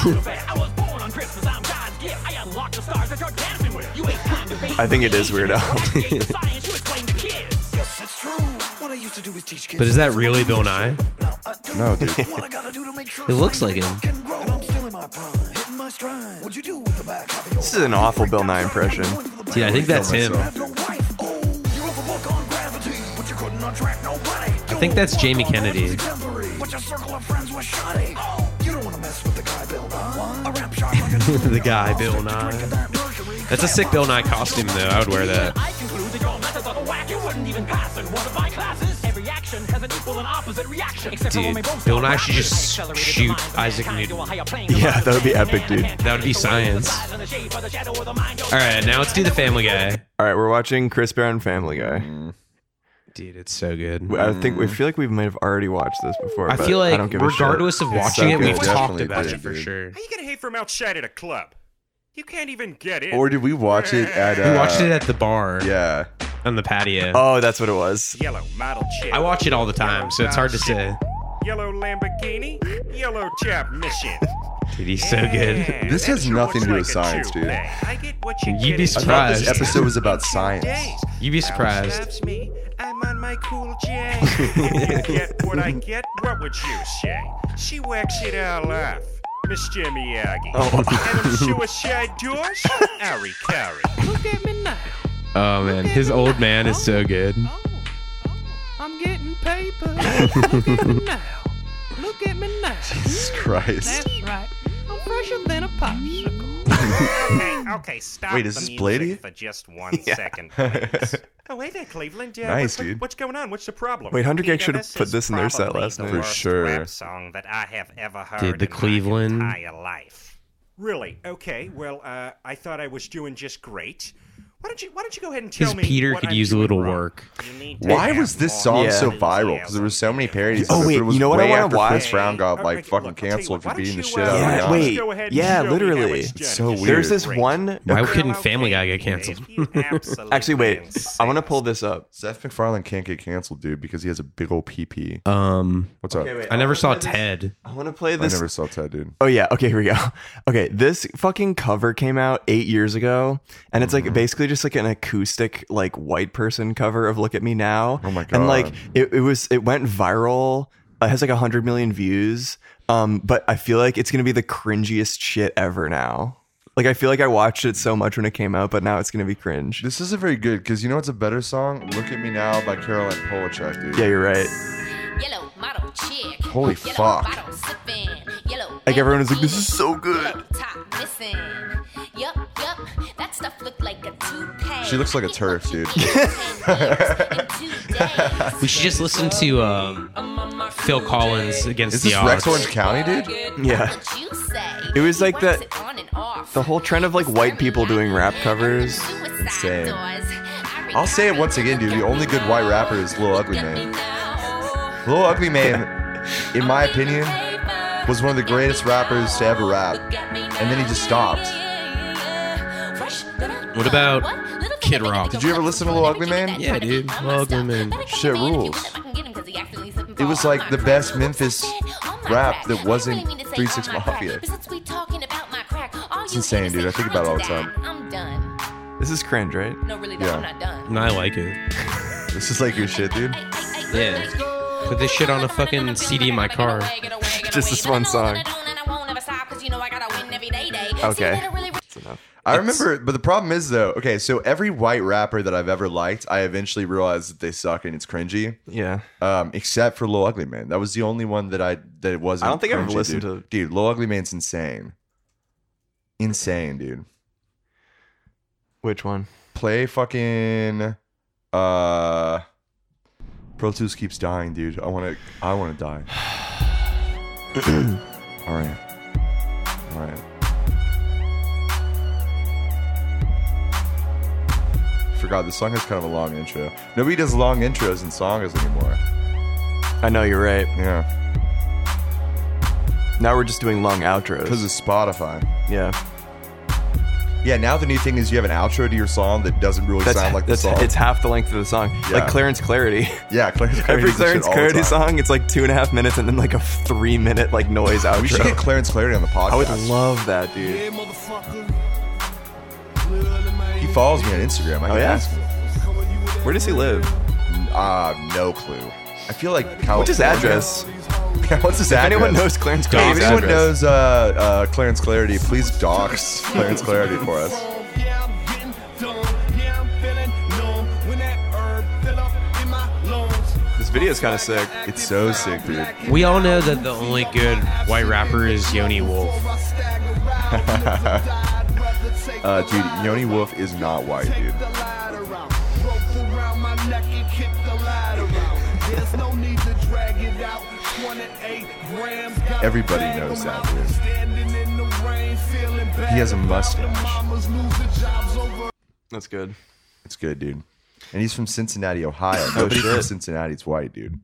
[SPEAKER 2] I think it is Weird Al.
[SPEAKER 3] But is that really Bill Nye?
[SPEAKER 1] No, dude.
[SPEAKER 3] It looks like him.
[SPEAKER 2] this is an awful Bill Nye impression.
[SPEAKER 3] Dude, I think that's him. I
[SPEAKER 4] Oh,
[SPEAKER 3] think that's Jamie Kennedy. the guy Bill Nye. That's a sick Bill Nye costume, though. I would wear that. Dude, Bill Nye should just shoot Isaac Newton.
[SPEAKER 2] Yeah, that would be epic, dude.
[SPEAKER 3] That would be science. All right, now let's do the Family Guy.
[SPEAKER 2] All right, we're watching Chris Brown Family Guy.
[SPEAKER 3] Dude, it's so good.
[SPEAKER 2] I think we feel like we might have already watched this before.
[SPEAKER 3] I
[SPEAKER 2] but
[SPEAKER 3] feel
[SPEAKER 2] I
[SPEAKER 3] like,
[SPEAKER 2] don't give a shit.
[SPEAKER 3] regardless of
[SPEAKER 2] It's
[SPEAKER 3] watching
[SPEAKER 2] so
[SPEAKER 3] it, we've
[SPEAKER 2] good.
[SPEAKER 3] talked
[SPEAKER 1] Definitely
[SPEAKER 3] about
[SPEAKER 1] did,
[SPEAKER 3] it for
[SPEAKER 1] dude.
[SPEAKER 3] sure.
[SPEAKER 7] How you gonna hate from outside at a club? You can't even get in.
[SPEAKER 1] Or did we watch it at? Uh,
[SPEAKER 3] We watched it at the bar
[SPEAKER 1] Yeah.
[SPEAKER 3] on the patio.
[SPEAKER 2] Oh, that's what it was.
[SPEAKER 7] yellow model chick.
[SPEAKER 3] I watch it all the time, so it's hard to say.
[SPEAKER 7] yellow Lamborghini, yellow job mission.
[SPEAKER 3] Dude, he's so good.
[SPEAKER 1] This has nothing to do with science, dude.
[SPEAKER 7] I get what you
[SPEAKER 3] You'd
[SPEAKER 7] get
[SPEAKER 3] be
[SPEAKER 7] in
[SPEAKER 1] Thought this
[SPEAKER 3] Surprised.
[SPEAKER 1] episode was about
[SPEAKER 7] two days.
[SPEAKER 1] science.
[SPEAKER 3] You'd be
[SPEAKER 7] Now
[SPEAKER 3] surprised.
[SPEAKER 7] slaps me, I'm on my cool J. If you get what I get, what would you say? She whacks it all off, Mr. Miyagi.
[SPEAKER 3] Oh.
[SPEAKER 7] and them suicide doors, Ari Kari.
[SPEAKER 6] Look at me now.
[SPEAKER 3] Oh man, his old man is so good.
[SPEAKER 6] Oh, oh, I'm getting paper. Look at me now. Look at me now.
[SPEAKER 1] Jesus Christ.
[SPEAKER 6] That's right. I'm fresher than a popsicle.
[SPEAKER 7] Okay, okay, stop.
[SPEAKER 1] Wait, is
[SPEAKER 7] the
[SPEAKER 1] this
[SPEAKER 7] music
[SPEAKER 1] Blady?
[SPEAKER 7] For just one second, please. oh, hey there, Cleveland. Uh,
[SPEAKER 1] Nice,
[SPEAKER 7] what- what-
[SPEAKER 1] dude.
[SPEAKER 7] What's going on? What's the problem?
[SPEAKER 2] Wait, 100K
[SPEAKER 7] Peter,
[SPEAKER 2] should have put
[SPEAKER 7] is
[SPEAKER 2] this in their set
[SPEAKER 7] probably
[SPEAKER 2] last
[SPEAKER 7] the
[SPEAKER 2] night.
[SPEAKER 1] For
[SPEAKER 7] worst
[SPEAKER 1] sure.
[SPEAKER 7] Rap song that I have ever heard.
[SPEAKER 3] the
[SPEAKER 7] in my
[SPEAKER 3] Cleveland-
[SPEAKER 7] entire life. Really? Okay. Well, uh, I thought I was doing just great. Why don't you Why don't you go ahead and tell
[SPEAKER 3] Because
[SPEAKER 7] me?
[SPEAKER 3] Peter
[SPEAKER 7] what
[SPEAKER 3] could
[SPEAKER 7] I'm
[SPEAKER 3] use a
[SPEAKER 7] doing
[SPEAKER 3] little
[SPEAKER 7] wrong?
[SPEAKER 3] work.
[SPEAKER 7] You need to
[SPEAKER 1] Why
[SPEAKER 7] have
[SPEAKER 1] was this
[SPEAKER 7] more
[SPEAKER 1] song so
[SPEAKER 7] enthusiasm.
[SPEAKER 1] viral? Because there were so many parodies.
[SPEAKER 2] Oh,
[SPEAKER 1] of it.
[SPEAKER 2] wait,
[SPEAKER 1] It was
[SPEAKER 2] you know what I
[SPEAKER 1] way
[SPEAKER 2] wanna
[SPEAKER 1] after Chris
[SPEAKER 2] watch?
[SPEAKER 1] Brown got
[SPEAKER 7] Okay,
[SPEAKER 1] like
[SPEAKER 7] okay,
[SPEAKER 1] fucking
[SPEAKER 7] look, I'll tell you
[SPEAKER 1] canceled
[SPEAKER 7] what,
[SPEAKER 1] for
[SPEAKER 7] why don't
[SPEAKER 1] beating the
[SPEAKER 7] you,
[SPEAKER 1] shit
[SPEAKER 7] uh,
[SPEAKER 1] out
[SPEAKER 2] Yeah,
[SPEAKER 1] of Rihanna.
[SPEAKER 2] wait.
[SPEAKER 7] go ahead and
[SPEAKER 2] Yeah,
[SPEAKER 7] show me how
[SPEAKER 2] literally.
[SPEAKER 7] it's
[SPEAKER 1] It's
[SPEAKER 7] done.
[SPEAKER 1] so weird.
[SPEAKER 2] There's this
[SPEAKER 7] Great.
[SPEAKER 2] one.
[SPEAKER 3] Why
[SPEAKER 7] Girl,
[SPEAKER 3] couldn't
[SPEAKER 7] okay,
[SPEAKER 3] Family Guy get canceled?
[SPEAKER 7] babe, you absolutely
[SPEAKER 2] Actually, wait.
[SPEAKER 7] insane.
[SPEAKER 2] I want to pull this up.
[SPEAKER 1] Seth MacFarlane can't get canceled, dude, because he has a big old pee pee.
[SPEAKER 3] Um,
[SPEAKER 1] What's up?
[SPEAKER 2] wait.
[SPEAKER 3] I never saw Ted.
[SPEAKER 2] I want to play
[SPEAKER 1] I
[SPEAKER 2] Uh, this.
[SPEAKER 1] never saw Ted, dude.
[SPEAKER 2] Oh yeah, okay, here we go. Okay, this fucking cover came out eight years ago, and it's like basically just like an acoustic, like white person cover of "Look at Me Now."
[SPEAKER 1] Oh my
[SPEAKER 2] And like
[SPEAKER 1] God.
[SPEAKER 2] it, it was, it went viral. It has like hundred million views. Um, but I feel like it's gonna be the cringiest shit ever now. Like I feel like I watched it so much when it came out, but now it's gonna be cringe.
[SPEAKER 1] This isn't very good because you know what's a better song? Look at Me Now by Caroline Polachek, dude.
[SPEAKER 2] Yeah, you're right.
[SPEAKER 8] Yellow model chick.
[SPEAKER 1] Holy
[SPEAKER 8] Yellow
[SPEAKER 1] fuck.
[SPEAKER 8] bottle sipping. Yellow
[SPEAKER 2] Like everyone is like,
[SPEAKER 8] bikini.
[SPEAKER 2] "This is so good."
[SPEAKER 8] Yellow Top missing. Yup, yup. That stuff looked like a toupee.
[SPEAKER 1] She looks like a
[SPEAKER 8] Get
[SPEAKER 1] turf,
[SPEAKER 8] what you
[SPEAKER 1] dude.
[SPEAKER 8] need in 10 years, in two days.
[SPEAKER 3] We should just listen to um, Phil Collins against
[SPEAKER 1] Is
[SPEAKER 3] the
[SPEAKER 1] this
[SPEAKER 3] Odds.
[SPEAKER 1] Rex Orange County, dude?
[SPEAKER 2] Yeah.
[SPEAKER 8] What you say?
[SPEAKER 2] It was like
[SPEAKER 8] He works
[SPEAKER 2] that-
[SPEAKER 8] it on and off.
[SPEAKER 2] The whole trend of like white people doing rap covers.
[SPEAKER 1] Insane.
[SPEAKER 8] Suicide doors. I
[SPEAKER 1] I'll say it once again, dude. The only good white rapper is Lil Ugly
[SPEAKER 8] Get me
[SPEAKER 1] Man.
[SPEAKER 8] now.
[SPEAKER 1] Lil Ugly Man, in my opinion, was one of the greatest rappers to ever rap. And then he just stopped.
[SPEAKER 8] What about Kid Rock?
[SPEAKER 3] Did
[SPEAKER 1] you ever listen to Lil Ugly Man?
[SPEAKER 3] Yeah, dude. Lil Ugly Man.
[SPEAKER 1] Shit rules. It was like the best Memphis rap that wasn't 3 6 Mafia.
[SPEAKER 8] It's
[SPEAKER 1] insane, dude. I think about it all the time.
[SPEAKER 8] I'm done.
[SPEAKER 2] This is cringe, right?
[SPEAKER 8] No, really, though,
[SPEAKER 1] Yeah.
[SPEAKER 8] I'm not done.
[SPEAKER 3] And I like it.
[SPEAKER 1] This is like your shit, dude.
[SPEAKER 3] Yeah. Put this shit on a fucking CD in my car.
[SPEAKER 2] Just this one song. Okay. That's enough.
[SPEAKER 1] I remember, but the problem is though. Okay, so every white rapper that I've ever liked, I eventually realized that they suck and it's cringy.
[SPEAKER 2] Yeah.
[SPEAKER 1] Um, except for Lil Ugly Man, that was the only one that I that wasn't.
[SPEAKER 2] I don't think I've ever
[SPEAKER 1] cringy,
[SPEAKER 2] listened
[SPEAKER 1] dude.
[SPEAKER 2] to-
[SPEAKER 1] Dude, Lil Ugly Man's insane, insane, dude.
[SPEAKER 2] Which one?
[SPEAKER 1] Play fucking uh, Pro Tools keeps dying, dude. I want to, I want to die. All right, all right. Forgot this song has kind of a long intro. Nobody does long intros in songs anymore.
[SPEAKER 2] I know you're right.
[SPEAKER 1] Yeah,
[SPEAKER 2] Now we're just doing long
[SPEAKER 1] because of
[SPEAKER 2] outros.
[SPEAKER 1] Spotify.
[SPEAKER 2] Yeah,
[SPEAKER 1] Yeah, now the new thing is you have an outro to your song that doesn't really
[SPEAKER 2] that's,
[SPEAKER 1] sound like
[SPEAKER 2] that's
[SPEAKER 1] the song.
[SPEAKER 2] it's half the length of the song.
[SPEAKER 1] Yeah.
[SPEAKER 2] Like Clarence Clarity.
[SPEAKER 1] yeah, Clarence Clarity
[SPEAKER 2] Every
[SPEAKER 1] does that shit
[SPEAKER 2] Clarence
[SPEAKER 1] all the
[SPEAKER 2] Clarity
[SPEAKER 1] time.
[SPEAKER 2] song, it's like two and a half minutes and then like a three minute like noise outro.
[SPEAKER 1] We should get Clarence Clarity on the podcast.
[SPEAKER 2] I would love that, dude.
[SPEAKER 4] Yeah, motherfucker. Lil' man.
[SPEAKER 1] he follows me on Instagram. I
[SPEAKER 2] Oh,
[SPEAKER 1] can
[SPEAKER 2] yeah?
[SPEAKER 1] ask him.
[SPEAKER 2] Where does he live?
[SPEAKER 1] Uh, no clue. I feel like California.
[SPEAKER 2] What's his address?
[SPEAKER 1] What's his
[SPEAKER 2] If
[SPEAKER 1] address?
[SPEAKER 2] anyone knows Clarence
[SPEAKER 1] If
[SPEAKER 2] Clarity's
[SPEAKER 1] anyone
[SPEAKER 2] address,
[SPEAKER 1] knows uh, uh, Clarence Clarity, please dox Clarence Clarity for us.
[SPEAKER 4] Yeah, I'm getting dumb. Yeah, I'm feeling numb. When that herb fill up in my lungs.
[SPEAKER 2] this video's kind of sick.
[SPEAKER 1] It's so sick, dude.
[SPEAKER 3] We all know that the only good white rapper is Yoni Wolf.
[SPEAKER 1] Uh, dude, Yoni Wolf is not white, dude. Everybody knows that,
[SPEAKER 4] dude.
[SPEAKER 1] He has a mustache.
[SPEAKER 2] That's good.
[SPEAKER 1] It's good, dude. And he's from Cincinnati, Ohio.
[SPEAKER 2] Oh,
[SPEAKER 1] Nobody from Cincinnati's white, dude.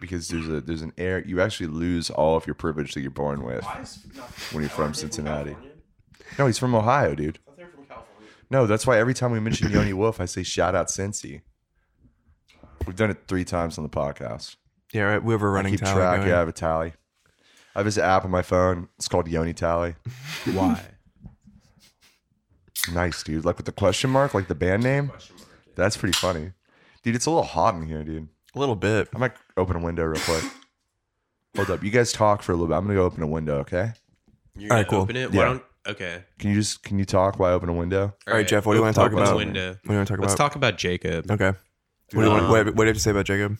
[SPEAKER 1] Because there's a there's an air you actually lose all of your privilege that you're born with when you're from Cincinnati. No, he's from Ohio, dude. No, that's why every time we mention Yoni Wolf, I say shout out Cincy. We've done it three times on the podcast.
[SPEAKER 2] Yeah, right. We have a running
[SPEAKER 1] Keep
[SPEAKER 2] tally
[SPEAKER 1] track.
[SPEAKER 2] going.
[SPEAKER 1] Yeah, I have a tally. I have this app on my phone. It's called Yoni Tally.
[SPEAKER 3] Why?
[SPEAKER 1] Nice, dude. Like with the question mark, like the band name. That's pretty funny. Dude, it's a little hot in here, dude.
[SPEAKER 2] A little bit.
[SPEAKER 1] I might open a window real quick. Hold up. You guys talk for a little bit. I'm gonna go open a window, okay?
[SPEAKER 3] You're gonna
[SPEAKER 2] All right, cool.
[SPEAKER 3] open it?
[SPEAKER 1] Yeah.
[SPEAKER 3] Why don't? Okay.
[SPEAKER 1] Can you just can you talk while I open a window?
[SPEAKER 2] All right, Jeff, what do you want to talk
[SPEAKER 3] Open the
[SPEAKER 2] about?
[SPEAKER 3] window.
[SPEAKER 2] What do you want to talk
[SPEAKER 3] Let's
[SPEAKER 2] about?
[SPEAKER 3] talk about Jacob.
[SPEAKER 2] okay. What do, you want, what, what do you have to say about Jacob?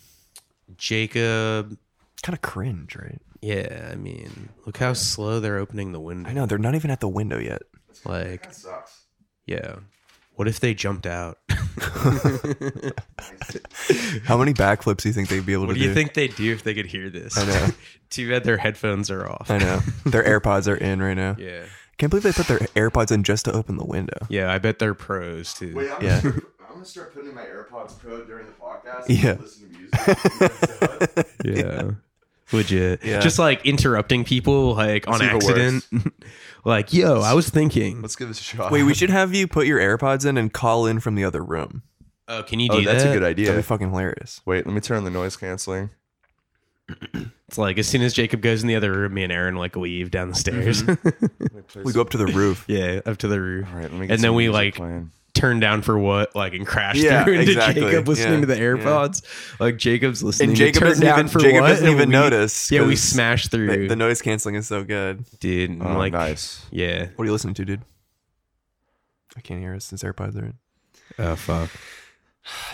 [SPEAKER 3] Jacob.
[SPEAKER 2] It's kind of cringe, right?
[SPEAKER 3] Yeah, I mean, look how slow they're opening the
[SPEAKER 2] I
[SPEAKER 3] window.
[SPEAKER 2] know. They're not even at the window yet.
[SPEAKER 3] Like, yeah. What if they jumped out?
[SPEAKER 2] How many backflips do you think they'd be able
[SPEAKER 3] What
[SPEAKER 2] to
[SPEAKER 3] do you think they'd do if they could hear this?
[SPEAKER 2] I know.
[SPEAKER 3] Too bad their headphones are off.
[SPEAKER 2] I know. Their AirPods are in right now.
[SPEAKER 3] Yeah.
[SPEAKER 2] Can't believe they put their AirPods in just to open the window.
[SPEAKER 3] Yeah, I bet they're pros too.
[SPEAKER 1] I'm,
[SPEAKER 2] Yeah.
[SPEAKER 1] gonna, I'm gonna start putting in my AirPods Pro during the podcast.
[SPEAKER 2] and Yeah.
[SPEAKER 1] listen to music.
[SPEAKER 3] yeah. Legit.
[SPEAKER 2] Yeah.
[SPEAKER 3] Just like interrupting people like on
[SPEAKER 1] That's even
[SPEAKER 3] accident. like, yo, I was thinking.
[SPEAKER 1] Let's give this a shot.
[SPEAKER 2] Wait, we should have you put your AirPods in and call in from the other room.
[SPEAKER 3] Oh, can you do
[SPEAKER 1] Oh, that's
[SPEAKER 3] that?
[SPEAKER 1] a good
[SPEAKER 2] That'd
[SPEAKER 1] idea.
[SPEAKER 2] be fucking hilarious.
[SPEAKER 1] Wait, let me turn on the noise canceling.
[SPEAKER 3] It's like as soon as Jacob goes in the other room, me and Aaron like leave down the stairs.
[SPEAKER 2] We go up to the roof.
[SPEAKER 3] yeah, up to the roof.
[SPEAKER 1] All right, let me. Get
[SPEAKER 3] and
[SPEAKER 1] some
[SPEAKER 3] then we
[SPEAKER 1] music
[SPEAKER 3] like
[SPEAKER 1] playing.
[SPEAKER 3] turn down for what, like, and crash
[SPEAKER 2] Yeah,
[SPEAKER 3] through into
[SPEAKER 2] exactly.
[SPEAKER 3] Jacob listening
[SPEAKER 2] Yeah,
[SPEAKER 3] to the
[SPEAKER 2] yeah.
[SPEAKER 3] AirPods. Like Jacob's listening.
[SPEAKER 2] And
[SPEAKER 3] to
[SPEAKER 2] Jacob
[SPEAKER 3] turn
[SPEAKER 2] doesn't
[SPEAKER 3] down
[SPEAKER 2] even,
[SPEAKER 3] for
[SPEAKER 2] Jacob
[SPEAKER 3] what,
[SPEAKER 2] doesn't
[SPEAKER 3] and
[SPEAKER 2] even
[SPEAKER 3] we-
[SPEAKER 2] notice.
[SPEAKER 3] Yeah, we
[SPEAKER 2] 'cause
[SPEAKER 3] smashed
[SPEAKER 2] The,
[SPEAKER 3] through,
[SPEAKER 2] the noise canceling is so good.
[SPEAKER 3] dude. And
[SPEAKER 1] Oh,
[SPEAKER 3] like,
[SPEAKER 1] nice.
[SPEAKER 3] yeah.
[SPEAKER 2] What are you listening to, dude? I can't hear us since AirPods are in.
[SPEAKER 3] Oh fuck.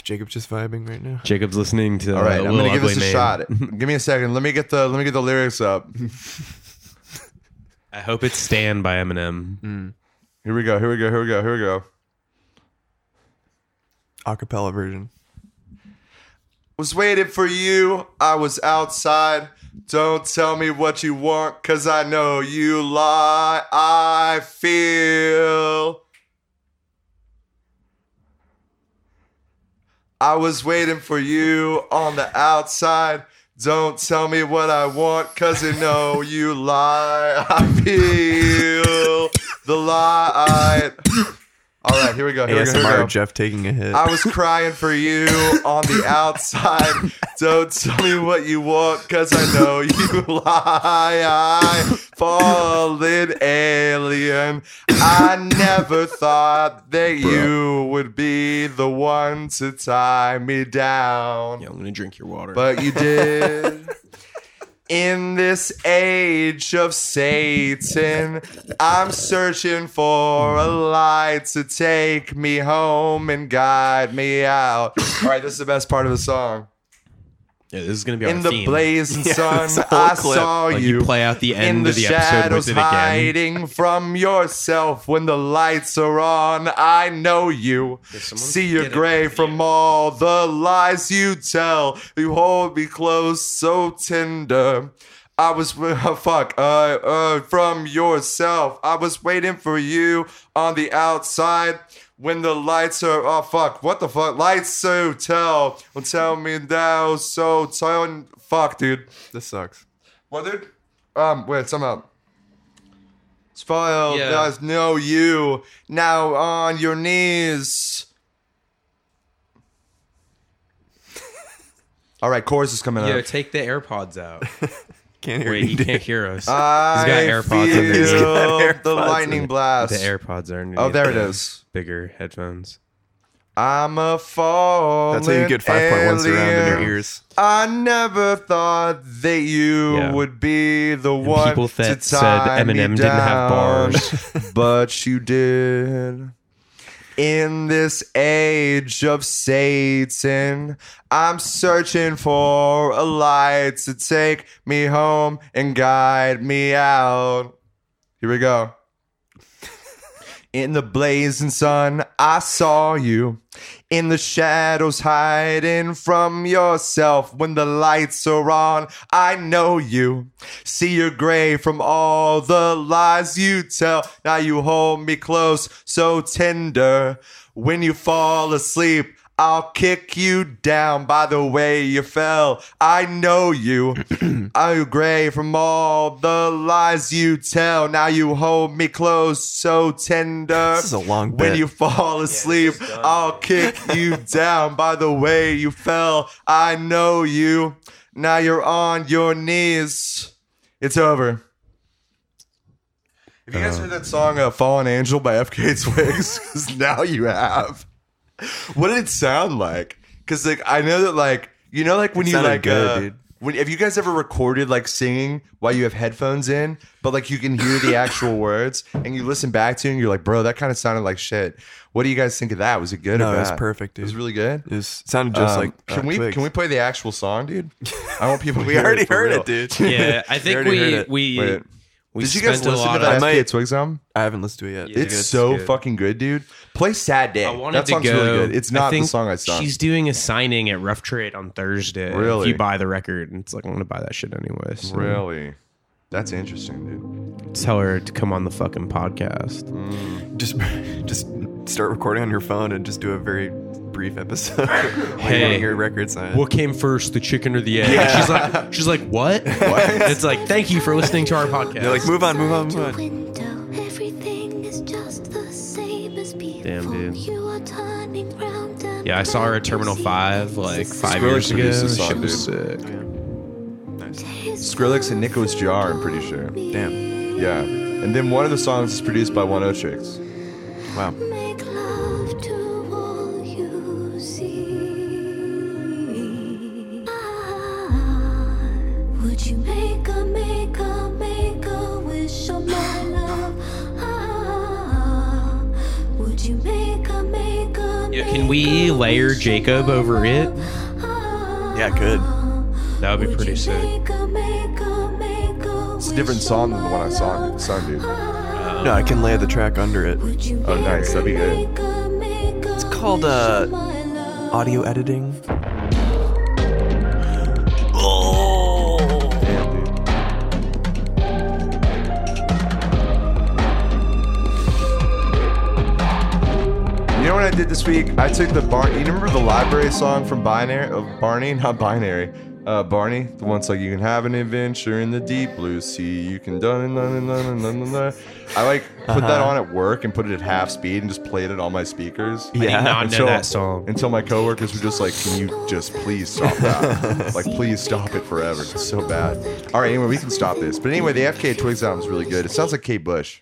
[SPEAKER 2] Jacob's just vibing right now.
[SPEAKER 3] Jacob's listening to.
[SPEAKER 1] All right,
[SPEAKER 3] uh,
[SPEAKER 1] I'm
[SPEAKER 3] Lil
[SPEAKER 1] gonna give
[SPEAKER 3] Ugly
[SPEAKER 1] this a
[SPEAKER 3] Man.
[SPEAKER 1] shot. give me a second. Let me get the let me get the lyrics up.
[SPEAKER 3] I hope it's "Stand" by Eminem.
[SPEAKER 1] Here we go. Here we go. Here we go. Here we go.
[SPEAKER 2] Acapella version.
[SPEAKER 1] Was waiting for you. I was outside. Don't tell me what you want, cause I know you lie. I feel. I was waiting for you on the outside. Don't tell me what I want, cause I know you lie. I feel the light. All right, here we go. Here we go. Here we
[SPEAKER 3] uh,
[SPEAKER 1] go.
[SPEAKER 2] ASMR Jeff taking a hit.
[SPEAKER 1] I was crying for you on the outside. Don't tell me what you want, cause I know you lie. I fallen alien. I never thought that you would be the one to tie me down.
[SPEAKER 3] Yeah, I'm gonna drink your water.
[SPEAKER 1] But you did. In this age of Satan, I'm searching for a light to take me home and guide me out. All right, this is the best part of the song.
[SPEAKER 3] yeah, this is gonna be our
[SPEAKER 1] In the
[SPEAKER 3] theme.
[SPEAKER 1] blazing sun,
[SPEAKER 2] this whole
[SPEAKER 1] I
[SPEAKER 2] clip.
[SPEAKER 1] saw
[SPEAKER 3] Like
[SPEAKER 1] you.
[SPEAKER 3] you play out the end
[SPEAKER 1] in the,
[SPEAKER 3] of the episode
[SPEAKER 1] shadows,
[SPEAKER 3] with it again.
[SPEAKER 1] hiding from yourself when the lights are on. I know you.
[SPEAKER 3] someone
[SPEAKER 1] See your
[SPEAKER 3] get it?
[SPEAKER 1] gray from all the lies you tell. You hold me close, so tender. I was oh, fuck uh, uh, from yourself. I was waiting for you on the outside when the lights are oh fuck what the fuck lights so tell well, tell me now so tell fuck dude
[SPEAKER 2] this sucks.
[SPEAKER 1] what dude? Um, wait, somehow. Spoil
[SPEAKER 3] Yeah.
[SPEAKER 1] does know you now on your knees. All right, chorus is coming
[SPEAKER 3] Yo,
[SPEAKER 1] up.
[SPEAKER 3] take the AirPods out.
[SPEAKER 2] Can't hear
[SPEAKER 3] Wait,
[SPEAKER 2] you.
[SPEAKER 3] he can't hear us.
[SPEAKER 1] I
[SPEAKER 3] got AirPods
[SPEAKER 1] feel
[SPEAKER 3] in there. He's
[SPEAKER 2] got AirPods
[SPEAKER 1] the
[SPEAKER 2] in
[SPEAKER 1] lightning
[SPEAKER 2] there.
[SPEAKER 1] blast.
[SPEAKER 3] the AirPods are. underneath
[SPEAKER 1] oh, there it
[SPEAKER 3] the
[SPEAKER 1] is.
[SPEAKER 3] Bigger headphones.
[SPEAKER 1] I'm a fall.
[SPEAKER 2] That's how you get 5.1 surround in your ears.
[SPEAKER 1] I never thought that you
[SPEAKER 3] Yeah.
[SPEAKER 1] would be the
[SPEAKER 3] And
[SPEAKER 1] one
[SPEAKER 3] people
[SPEAKER 1] to
[SPEAKER 3] that said
[SPEAKER 1] tie me
[SPEAKER 3] Eminem didn't
[SPEAKER 1] down,
[SPEAKER 3] have bars.
[SPEAKER 1] but you did. In this age of Satan, I'm searching for a light to take me home and guide me out. Here we go. In the blazing sun, I saw you. In the shadows, hiding from yourself. When the lights are on, I know you. See your gray from all the lies you tell. Now you hold me close, so tender. When you fall asleep, I'll kick you down by the way you fell. I know you. I'm gray from all the lies you tell. Now you hold me close, so tender.
[SPEAKER 2] This is a long
[SPEAKER 1] When
[SPEAKER 2] bit.
[SPEAKER 1] you fall asleep, I'll kick you down by the way you fell. I know you. Now you're on your knees. It's over. Have you
[SPEAKER 2] Um,
[SPEAKER 1] guys heard that song uh, "Fallen Angel" by FK Twigs? Because now you have. What did it sound like? Because like I know that like you know like when
[SPEAKER 2] It
[SPEAKER 1] you
[SPEAKER 2] sounded
[SPEAKER 1] like
[SPEAKER 2] good,
[SPEAKER 1] uh,
[SPEAKER 2] dude.
[SPEAKER 1] when have you guys ever recorded like singing while you have headphones in, but like you can hear the actual words and you listen back to it and you're like, bro, that kind of sounded like shit. What do you guys think of that? Was it good?
[SPEAKER 2] No,
[SPEAKER 1] or
[SPEAKER 2] it was
[SPEAKER 1] bad?
[SPEAKER 2] perfect, dude.
[SPEAKER 1] It was really good.
[SPEAKER 2] It was- sounded just
[SPEAKER 1] Um,
[SPEAKER 2] like.
[SPEAKER 1] can
[SPEAKER 2] uh,
[SPEAKER 1] we
[SPEAKER 2] Twigs.
[SPEAKER 1] can we play the actual song, dude? I want people. to
[SPEAKER 2] We
[SPEAKER 1] hear
[SPEAKER 2] already
[SPEAKER 1] it for
[SPEAKER 2] heard
[SPEAKER 1] real.
[SPEAKER 2] it, dude.
[SPEAKER 3] Yeah, I think
[SPEAKER 2] already heard
[SPEAKER 3] we we
[SPEAKER 2] it.
[SPEAKER 1] Wait.
[SPEAKER 3] we
[SPEAKER 1] Did you
[SPEAKER 3] spent
[SPEAKER 1] guys
[SPEAKER 3] a
[SPEAKER 1] listen
[SPEAKER 3] lot
[SPEAKER 1] to that
[SPEAKER 3] of
[SPEAKER 2] I
[SPEAKER 1] FK
[SPEAKER 2] might-
[SPEAKER 1] Twigs album?
[SPEAKER 2] I haven't listened to it yet.
[SPEAKER 3] Yeah.
[SPEAKER 1] It's
[SPEAKER 3] it's
[SPEAKER 1] so
[SPEAKER 3] good.
[SPEAKER 1] fucking good, dude. Play Sad Day.
[SPEAKER 3] I wanted
[SPEAKER 1] That song's
[SPEAKER 3] to go.
[SPEAKER 1] really good. It's
[SPEAKER 3] I
[SPEAKER 1] not the
[SPEAKER 3] think
[SPEAKER 1] song I sung.
[SPEAKER 3] She's doing a signing at Rough Trade on Thursday.
[SPEAKER 1] Really?
[SPEAKER 3] If you buy the record, and it's like I'm gonna buy that shit anyway. so-
[SPEAKER 1] really. That's interesting, dude.
[SPEAKER 3] Tell her to come on the fucking podcast.
[SPEAKER 2] Just, just start recording on your phone and just do a very brief episode.
[SPEAKER 3] Hey.
[SPEAKER 2] on your record sign.
[SPEAKER 3] What came first, the chicken or the egg? She's like, she's like, what? It's like, thank you for listening to our podcast.
[SPEAKER 2] They're like, move on, move on, move on.
[SPEAKER 9] window. Everything is just the same as before.
[SPEAKER 3] Damn, dude.
[SPEAKER 9] You are turning round and
[SPEAKER 3] yeah, I saw her at
[SPEAKER 9] round.
[SPEAKER 3] Terminal
[SPEAKER 9] You see
[SPEAKER 3] Five like five
[SPEAKER 1] Squirrel
[SPEAKER 3] years ago.
[SPEAKER 1] produced this
[SPEAKER 3] Shit
[SPEAKER 1] song,
[SPEAKER 3] was sick.
[SPEAKER 9] his
[SPEAKER 1] Skrillex and Nicholas Jar, I'm pretty sure.
[SPEAKER 2] Damn.
[SPEAKER 1] Yeah. And then one of the songs is produced by One O Tricks.
[SPEAKER 2] Wow.
[SPEAKER 9] Make love to all you see. Ah, would you make a make a make a wish on my love? Ah, would you make a make a
[SPEAKER 3] Yeah, can we layer Jacob over it?
[SPEAKER 2] Yeah, good.
[SPEAKER 3] That would be pretty sick.
[SPEAKER 1] It's a different song than the one I saw in the sun, dude.
[SPEAKER 2] No, I can lay the track under it.
[SPEAKER 1] Oh, nice. That'd be good.
[SPEAKER 2] It's called uh, audio editing.
[SPEAKER 1] Damn, dude. You know what I did this week? I took the Bar. You remember the library song from Binary? Of Barney, not binary. Uh, Barney, the one's like you can have an adventure in the deep blue sea. You can dun dun dun dun dun dun. dun. I like put that on at work and put it at half speed and just played it on my speakers.
[SPEAKER 3] I did
[SPEAKER 2] Yeah,
[SPEAKER 3] not know that song.
[SPEAKER 1] Until my coworkers were just like, "Can you just please stop that? like, please stop it forever. It's so bad." All right, anyway, we can stop this. But anyway, the FK Twigs album is really good. It sounds like Kate Bush.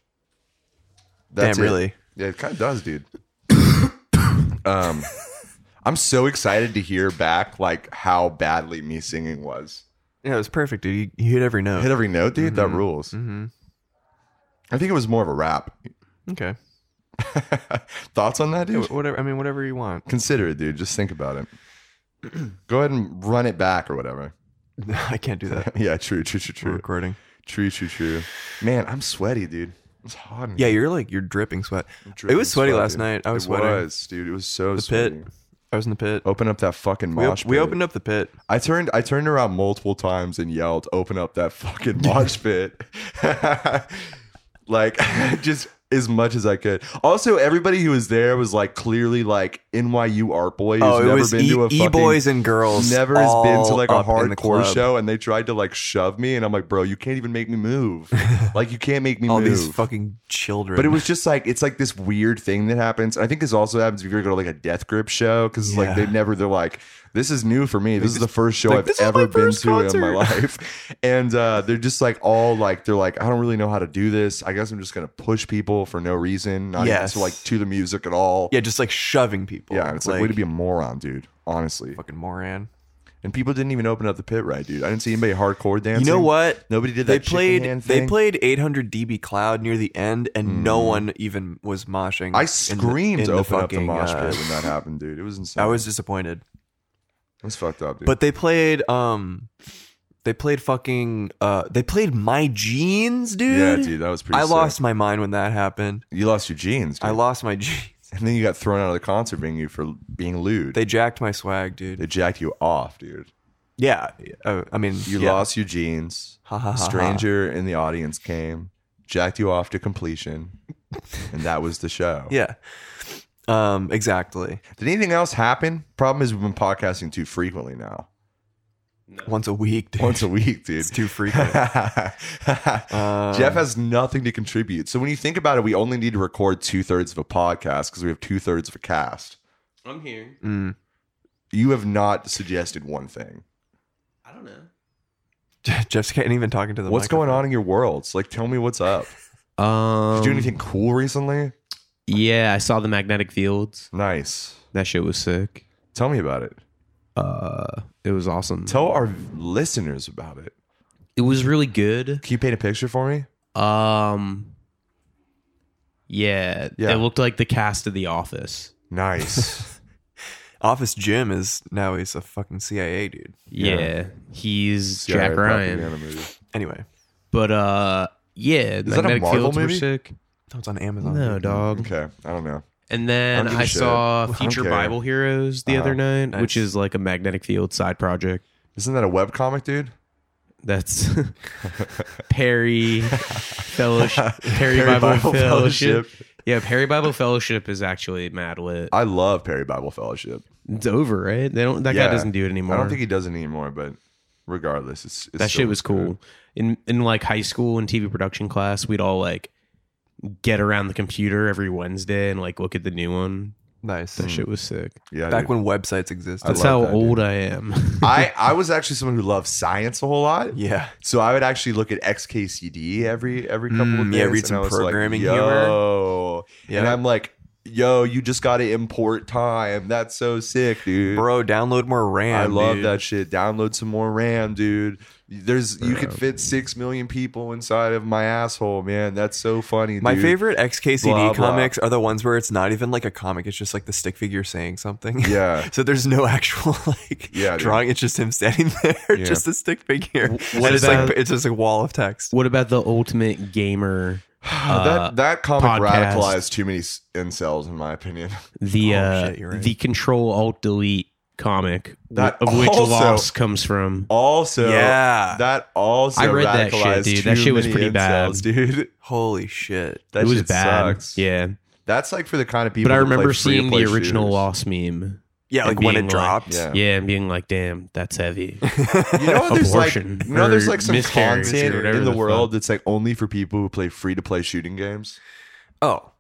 [SPEAKER 2] Damn,
[SPEAKER 1] it.
[SPEAKER 2] really?
[SPEAKER 1] Yeah, it kind of does, dude. um, I'm so excited to hear back like how badly me singing was.
[SPEAKER 2] Yeah, it was perfect, dude. You, you hit every note.
[SPEAKER 1] Hit every note, dude.
[SPEAKER 2] Mm-hmm.
[SPEAKER 1] That rules. I think it was more of a rap.
[SPEAKER 2] okay.
[SPEAKER 1] Thoughts on that, dude?
[SPEAKER 2] Wh- Whatever. I mean, whatever you want.
[SPEAKER 1] Consider it, dude. Just think about it. Go ahead and run it back or whatever.
[SPEAKER 2] I can't do that.
[SPEAKER 1] Yeah, true, true, true,
[SPEAKER 2] We're
[SPEAKER 1] true.
[SPEAKER 2] recording.
[SPEAKER 1] True, true, true. Man, I'm sweaty, dude. It's hot. In
[SPEAKER 2] Yeah,
[SPEAKER 1] here.
[SPEAKER 2] you're like you're dripping sweat.
[SPEAKER 1] Dripping
[SPEAKER 2] it was sweaty
[SPEAKER 1] sweat,
[SPEAKER 2] last
[SPEAKER 1] dude.
[SPEAKER 2] night. I was
[SPEAKER 1] it
[SPEAKER 2] sweating.
[SPEAKER 1] was, dude. It was so
[SPEAKER 2] The
[SPEAKER 1] sweaty.
[SPEAKER 2] pit. I was in the pit.
[SPEAKER 1] Open up that fucking
[SPEAKER 2] we, op-
[SPEAKER 1] mosh.
[SPEAKER 2] we
[SPEAKER 1] pit.
[SPEAKER 2] opened up the pit.
[SPEAKER 1] I turned I turned around multiple times and yelled, "Open up that fucking mosh pit!" like just as much as I could. Also, everybody who was there was like clearly like NYU art boy who's
[SPEAKER 2] Oh, it
[SPEAKER 1] never
[SPEAKER 2] was
[SPEAKER 1] been
[SPEAKER 2] e,
[SPEAKER 1] to a fucking,
[SPEAKER 2] boys and girls.
[SPEAKER 1] never has been to
[SPEAKER 2] all
[SPEAKER 1] like a
[SPEAKER 2] up in the
[SPEAKER 1] hardcore
[SPEAKER 2] club.
[SPEAKER 1] show, and they tried to like shove me, and I'm like, "Bro, you can't even make me move. like, you can't make me
[SPEAKER 2] All
[SPEAKER 1] move."
[SPEAKER 2] these fucking children.
[SPEAKER 1] But it was just like it's like this weird thing that happens. I think this also happens if you go to like a death grip show because it's like they
[SPEAKER 2] Yeah.
[SPEAKER 1] never they're like this is new for me. This is the first show
[SPEAKER 2] like,
[SPEAKER 1] I've
[SPEAKER 2] "This is
[SPEAKER 1] ever
[SPEAKER 2] my
[SPEAKER 1] been
[SPEAKER 2] first
[SPEAKER 1] to in my
[SPEAKER 2] concert."
[SPEAKER 1] life, and uh, they're just like all like they're like I don't really know how to do this. I guess I'm just gonna push people for no reason, not
[SPEAKER 2] Yes.
[SPEAKER 1] even to like to the music at all.
[SPEAKER 2] yeah, just like shoving people.
[SPEAKER 1] yeah. And it's like, way to be a moron, dude. Honestly,
[SPEAKER 2] fucking moron.
[SPEAKER 1] and people didn't even open up the pit right, dude. I didn't see anybody hardcore dancing.
[SPEAKER 2] You know what?
[SPEAKER 1] Nobody did
[SPEAKER 2] They
[SPEAKER 1] that. chicken
[SPEAKER 2] played.
[SPEAKER 1] hand
[SPEAKER 2] They
[SPEAKER 1] thing. Mm.
[SPEAKER 2] played 800 dB cloud near the end, and no one even was moshing.
[SPEAKER 1] I
[SPEAKER 2] in the-
[SPEAKER 1] screamed
[SPEAKER 2] in the
[SPEAKER 1] open up the
[SPEAKER 2] fucking,
[SPEAKER 1] mosh
[SPEAKER 2] uh,
[SPEAKER 1] pit when that happened, dude. It was insane.
[SPEAKER 2] I was disappointed.
[SPEAKER 1] it was fucked up, dude.
[SPEAKER 2] But they played um they played fucking uh they played my jeans, dude.
[SPEAKER 1] Yeah, dude, that was pretty.
[SPEAKER 2] I
[SPEAKER 1] sick.
[SPEAKER 2] lost my mind when that happened.
[SPEAKER 1] You lost your jeans. Dude.
[SPEAKER 2] I lost my jeans.
[SPEAKER 1] and then you got thrown out of the concert venue for being lewd.
[SPEAKER 2] They jacked my swag, dude.
[SPEAKER 1] they jacked you off, dude.
[SPEAKER 2] yeah. Uh, I mean,
[SPEAKER 1] You
[SPEAKER 2] yeah.
[SPEAKER 1] lost your jeans.
[SPEAKER 2] Ha, ha,
[SPEAKER 1] A
[SPEAKER 2] ha, ha.
[SPEAKER 1] stranger in the audience came, jacked you off to completion, and that was the show.
[SPEAKER 2] Yeah. Um exactly.
[SPEAKER 1] Did anything else happen? Problem is, we've been podcasting too frequently now.
[SPEAKER 2] Once a week, dude.
[SPEAKER 1] Once a week, dude.
[SPEAKER 2] it's too frequent. Um,
[SPEAKER 1] Jeff has nothing to contribute. So when you think about it, we only need to record two thirds of a podcast because we have two thirds of a cast.
[SPEAKER 3] I'm here.
[SPEAKER 2] Mm.
[SPEAKER 1] You have not suggested one thing.
[SPEAKER 3] I don't know.
[SPEAKER 2] Jeff's can't even talking to the
[SPEAKER 1] What's going on in your worlds? Like, tell me what's up.
[SPEAKER 3] Um,
[SPEAKER 1] Did you do anything cool recently?
[SPEAKER 3] Yeah, I saw the magnetic fields.
[SPEAKER 1] Nice.
[SPEAKER 3] That shit was sick.
[SPEAKER 1] Tell me about it.
[SPEAKER 3] Uh, it was awesome.
[SPEAKER 1] Tell our listeners about it.
[SPEAKER 3] It was really good.
[SPEAKER 1] Can you paint a picture for me?
[SPEAKER 3] Um. Yeah,
[SPEAKER 1] Yeah.
[SPEAKER 3] it looked like the cast of The Office.
[SPEAKER 1] Nice.
[SPEAKER 2] Office Jim is now he's a fucking CIA dude.
[SPEAKER 3] Yeah, he's Jack
[SPEAKER 1] CIA
[SPEAKER 3] Ryan.
[SPEAKER 1] propaganda movie.
[SPEAKER 2] Anyway,
[SPEAKER 3] But uh, yeah,
[SPEAKER 1] that a
[SPEAKER 3] Magnetic
[SPEAKER 1] Marvel
[SPEAKER 3] Fields were
[SPEAKER 1] movie?
[SPEAKER 3] sick.
[SPEAKER 2] that was on Amazon.
[SPEAKER 3] No, dog.
[SPEAKER 1] Okay. I don't know.
[SPEAKER 3] And
[SPEAKER 1] I
[SPEAKER 3] then
[SPEAKER 1] don't give a
[SPEAKER 3] I
[SPEAKER 1] shit.
[SPEAKER 3] saw
[SPEAKER 1] don't
[SPEAKER 3] Future
[SPEAKER 1] care.
[SPEAKER 3] Bible Heroes the other night,
[SPEAKER 2] nice.
[SPEAKER 3] which is like a magnetic field side project.
[SPEAKER 1] Isn't that a webcomic, dude?
[SPEAKER 3] That's Perry Fellowship. Perry, Bible,
[SPEAKER 1] Bible
[SPEAKER 3] Fellowship.
[SPEAKER 1] Fellowship.
[SPEAKER 3] Yeah, Perry Bible Fellowship is actually mad lit.
[SPEAKER 1] I love Perry Bible Fellowship.
[SPEAKER 3] It's over, right? They don't. That guy doesn't do it anymore.
[SPEAKER 1] I don't think he does it anymore, but regardless, it's, it's
[SPEAKER 3] that
[SPEAKER 1] still
[SPEAKER 3] shit was
[SPEAKER 1] good.
[SPEAKER 3] cool. In in like high school and TV production class, we'd all like get around the computer every Wednesday and like look at the new one.
[SPEAKER 2] Nice.
[SPEAKER 3] That shit was sick.
[SPEAKER 1] Yeah,
[SPEAKER 2] Back
[SPEAKER 1] dude.
[SPEAKER 2] when websites existed.
[SPEAKER 3] That's
[SPEAKER 1] Hmm. love
[SPEAKER 3] how
[SPEAKER 1] that, dude.
[SPEAKER 3] old I am.
[SPEAKER 1] I I was actually someone who loved science a whole lot.
[SPEAKER 2] yeah.
[SPEAKER 1] So I would actually look at XKCD every every couple of
[SPEAKER 2] Mm,
[SPEAKER 1] days.
[SPEAKER 2] yeah, read
[SPEAKER 1] and
[SPEAKER 2] some
[SPEAKER 1] I was like,
[SPEAKER 2] programming
[SPEAKER 1] Yo.
[SPEAKER 2] humor.
[SPEAKER 1] and
[SPEAKER 2] Yeah.
[SPEAKER 1] I'm like, yo, you just got to import time. That's so sick, dude.
[SPEAKER 2] Bro, download more
[SPEAKER 1] I
[SPEAKER 2] RAM.
[SPEAKER 1] love
[SPEAKER 2] dude.
[SPEAKER 1] that shit. Download some more RAM, dude. There's you could fit six million people inside of my asshole, man. That's so funny.
[SPEAKER 2] My
[SPEAKER 1] dude.
[SPEAKER 2] favorite XKCD
[SPEAKER 1] Blah, blah.
[SPEAKER 2] comics are the ones where it's not even like a comic; it's just like the stick figure saying something.
[SPEAKER 1] Yeah.
[SPEAKER 2] so there's no actual like
[SPEAKER 1] Yeah, dude.
[SPEAKER 2] drawing; it's just him standing there,
[SPEAKER 1] Yeah.
[SPEAKER 2] just a stick figure.
[SPEAKER 3] what
[SPEAKER 2] and it's
[SPEAKER 3] about-
[SPEAKER 2] like it's just a wall of text.
[SPEAKER 3] what about the ultimate gamer? uh,
[SPEAKER 1] that that comic
[SPEAKER 3] podcast.
[SPEAKER 1] radicalized too many s- incels, in my opinion.
[SPEAKER 3] the
[SPEAKER 2] Oh,
[SPEAKER 3] uh,
[SPEAKER 2] shit, you're right.
[SPEAKER 3] the Control Alt Delete comic
[SPEAKER 1] That
[SPEAKER 3] of which
[SPEAKER 1] also- Oh,
[SPEAKER 3] loss comes from.
[SPEAKER 1] Also,
[SPEAKER 2] Yeah.
[SPEAKER 1] that also
[SPEAKER 3] I read that shit,
[SPEAKER 1] radicalized
[SPEAKER 3] dude. That
[SPEAKER 1] too
[SPEAKER 3] shit was
[SPEAKER 1] many
[SPEAKER 3] pretty bad.
[SPEAKER 1] incels, dude.
[SPEAKER 2] Holy shit!
[SPEAKER 1] That
[SPEAKER 3] it was
[SPEAKER 1] shit
[SPEAKER 3] bad.
[SPEAKER 1] sucks.
[SPEAKER 3] Yeah,
[SPEAKER 1] That's like for the kind of people.
[SPEAKER 3] but I
[SPEAKER 1] that play
[SPEAKER 3] remember
[SPEAKER 1] free to
[SPEAKER 3] seeing
[SPEAKER 1] play
[SPEAKER 3] the original
[SPEAKER 1] shooters.
[SPEAKER 3] loss meme.
[SPEAKER 2] Yeah,
[SPEAKER 3] And
[SPEAKER 2] like when
[SPEAKER 3] being
[SPEAKER 2] it
[SPEAKER 3] like-
[SPEAKER 2] dropped.
[SPEAKER 1] Yeah.
[SPEAKER 3] Yeah, and being like, "Damn, that's heavy."
[SPEAKER 1] You know, how there's like,
[SPEAKER 3] Abortion
[SPEAKER 1] you know, there's
[SPEAKER 3] or
[SPEAKER 1] like some
[SPEAKER 3] miscarriage or
[SPEAKER 1] content
[SPEAKER 3] whatever
[SPEAKER 1] in the,
[SPEAKER 3] the
[SPEAKER 1] world
[SPEAKER 3] fuck.
[SPEAKER 1] that's like only for people who play free to play shooting games.
[SPEAKER 2] Oh,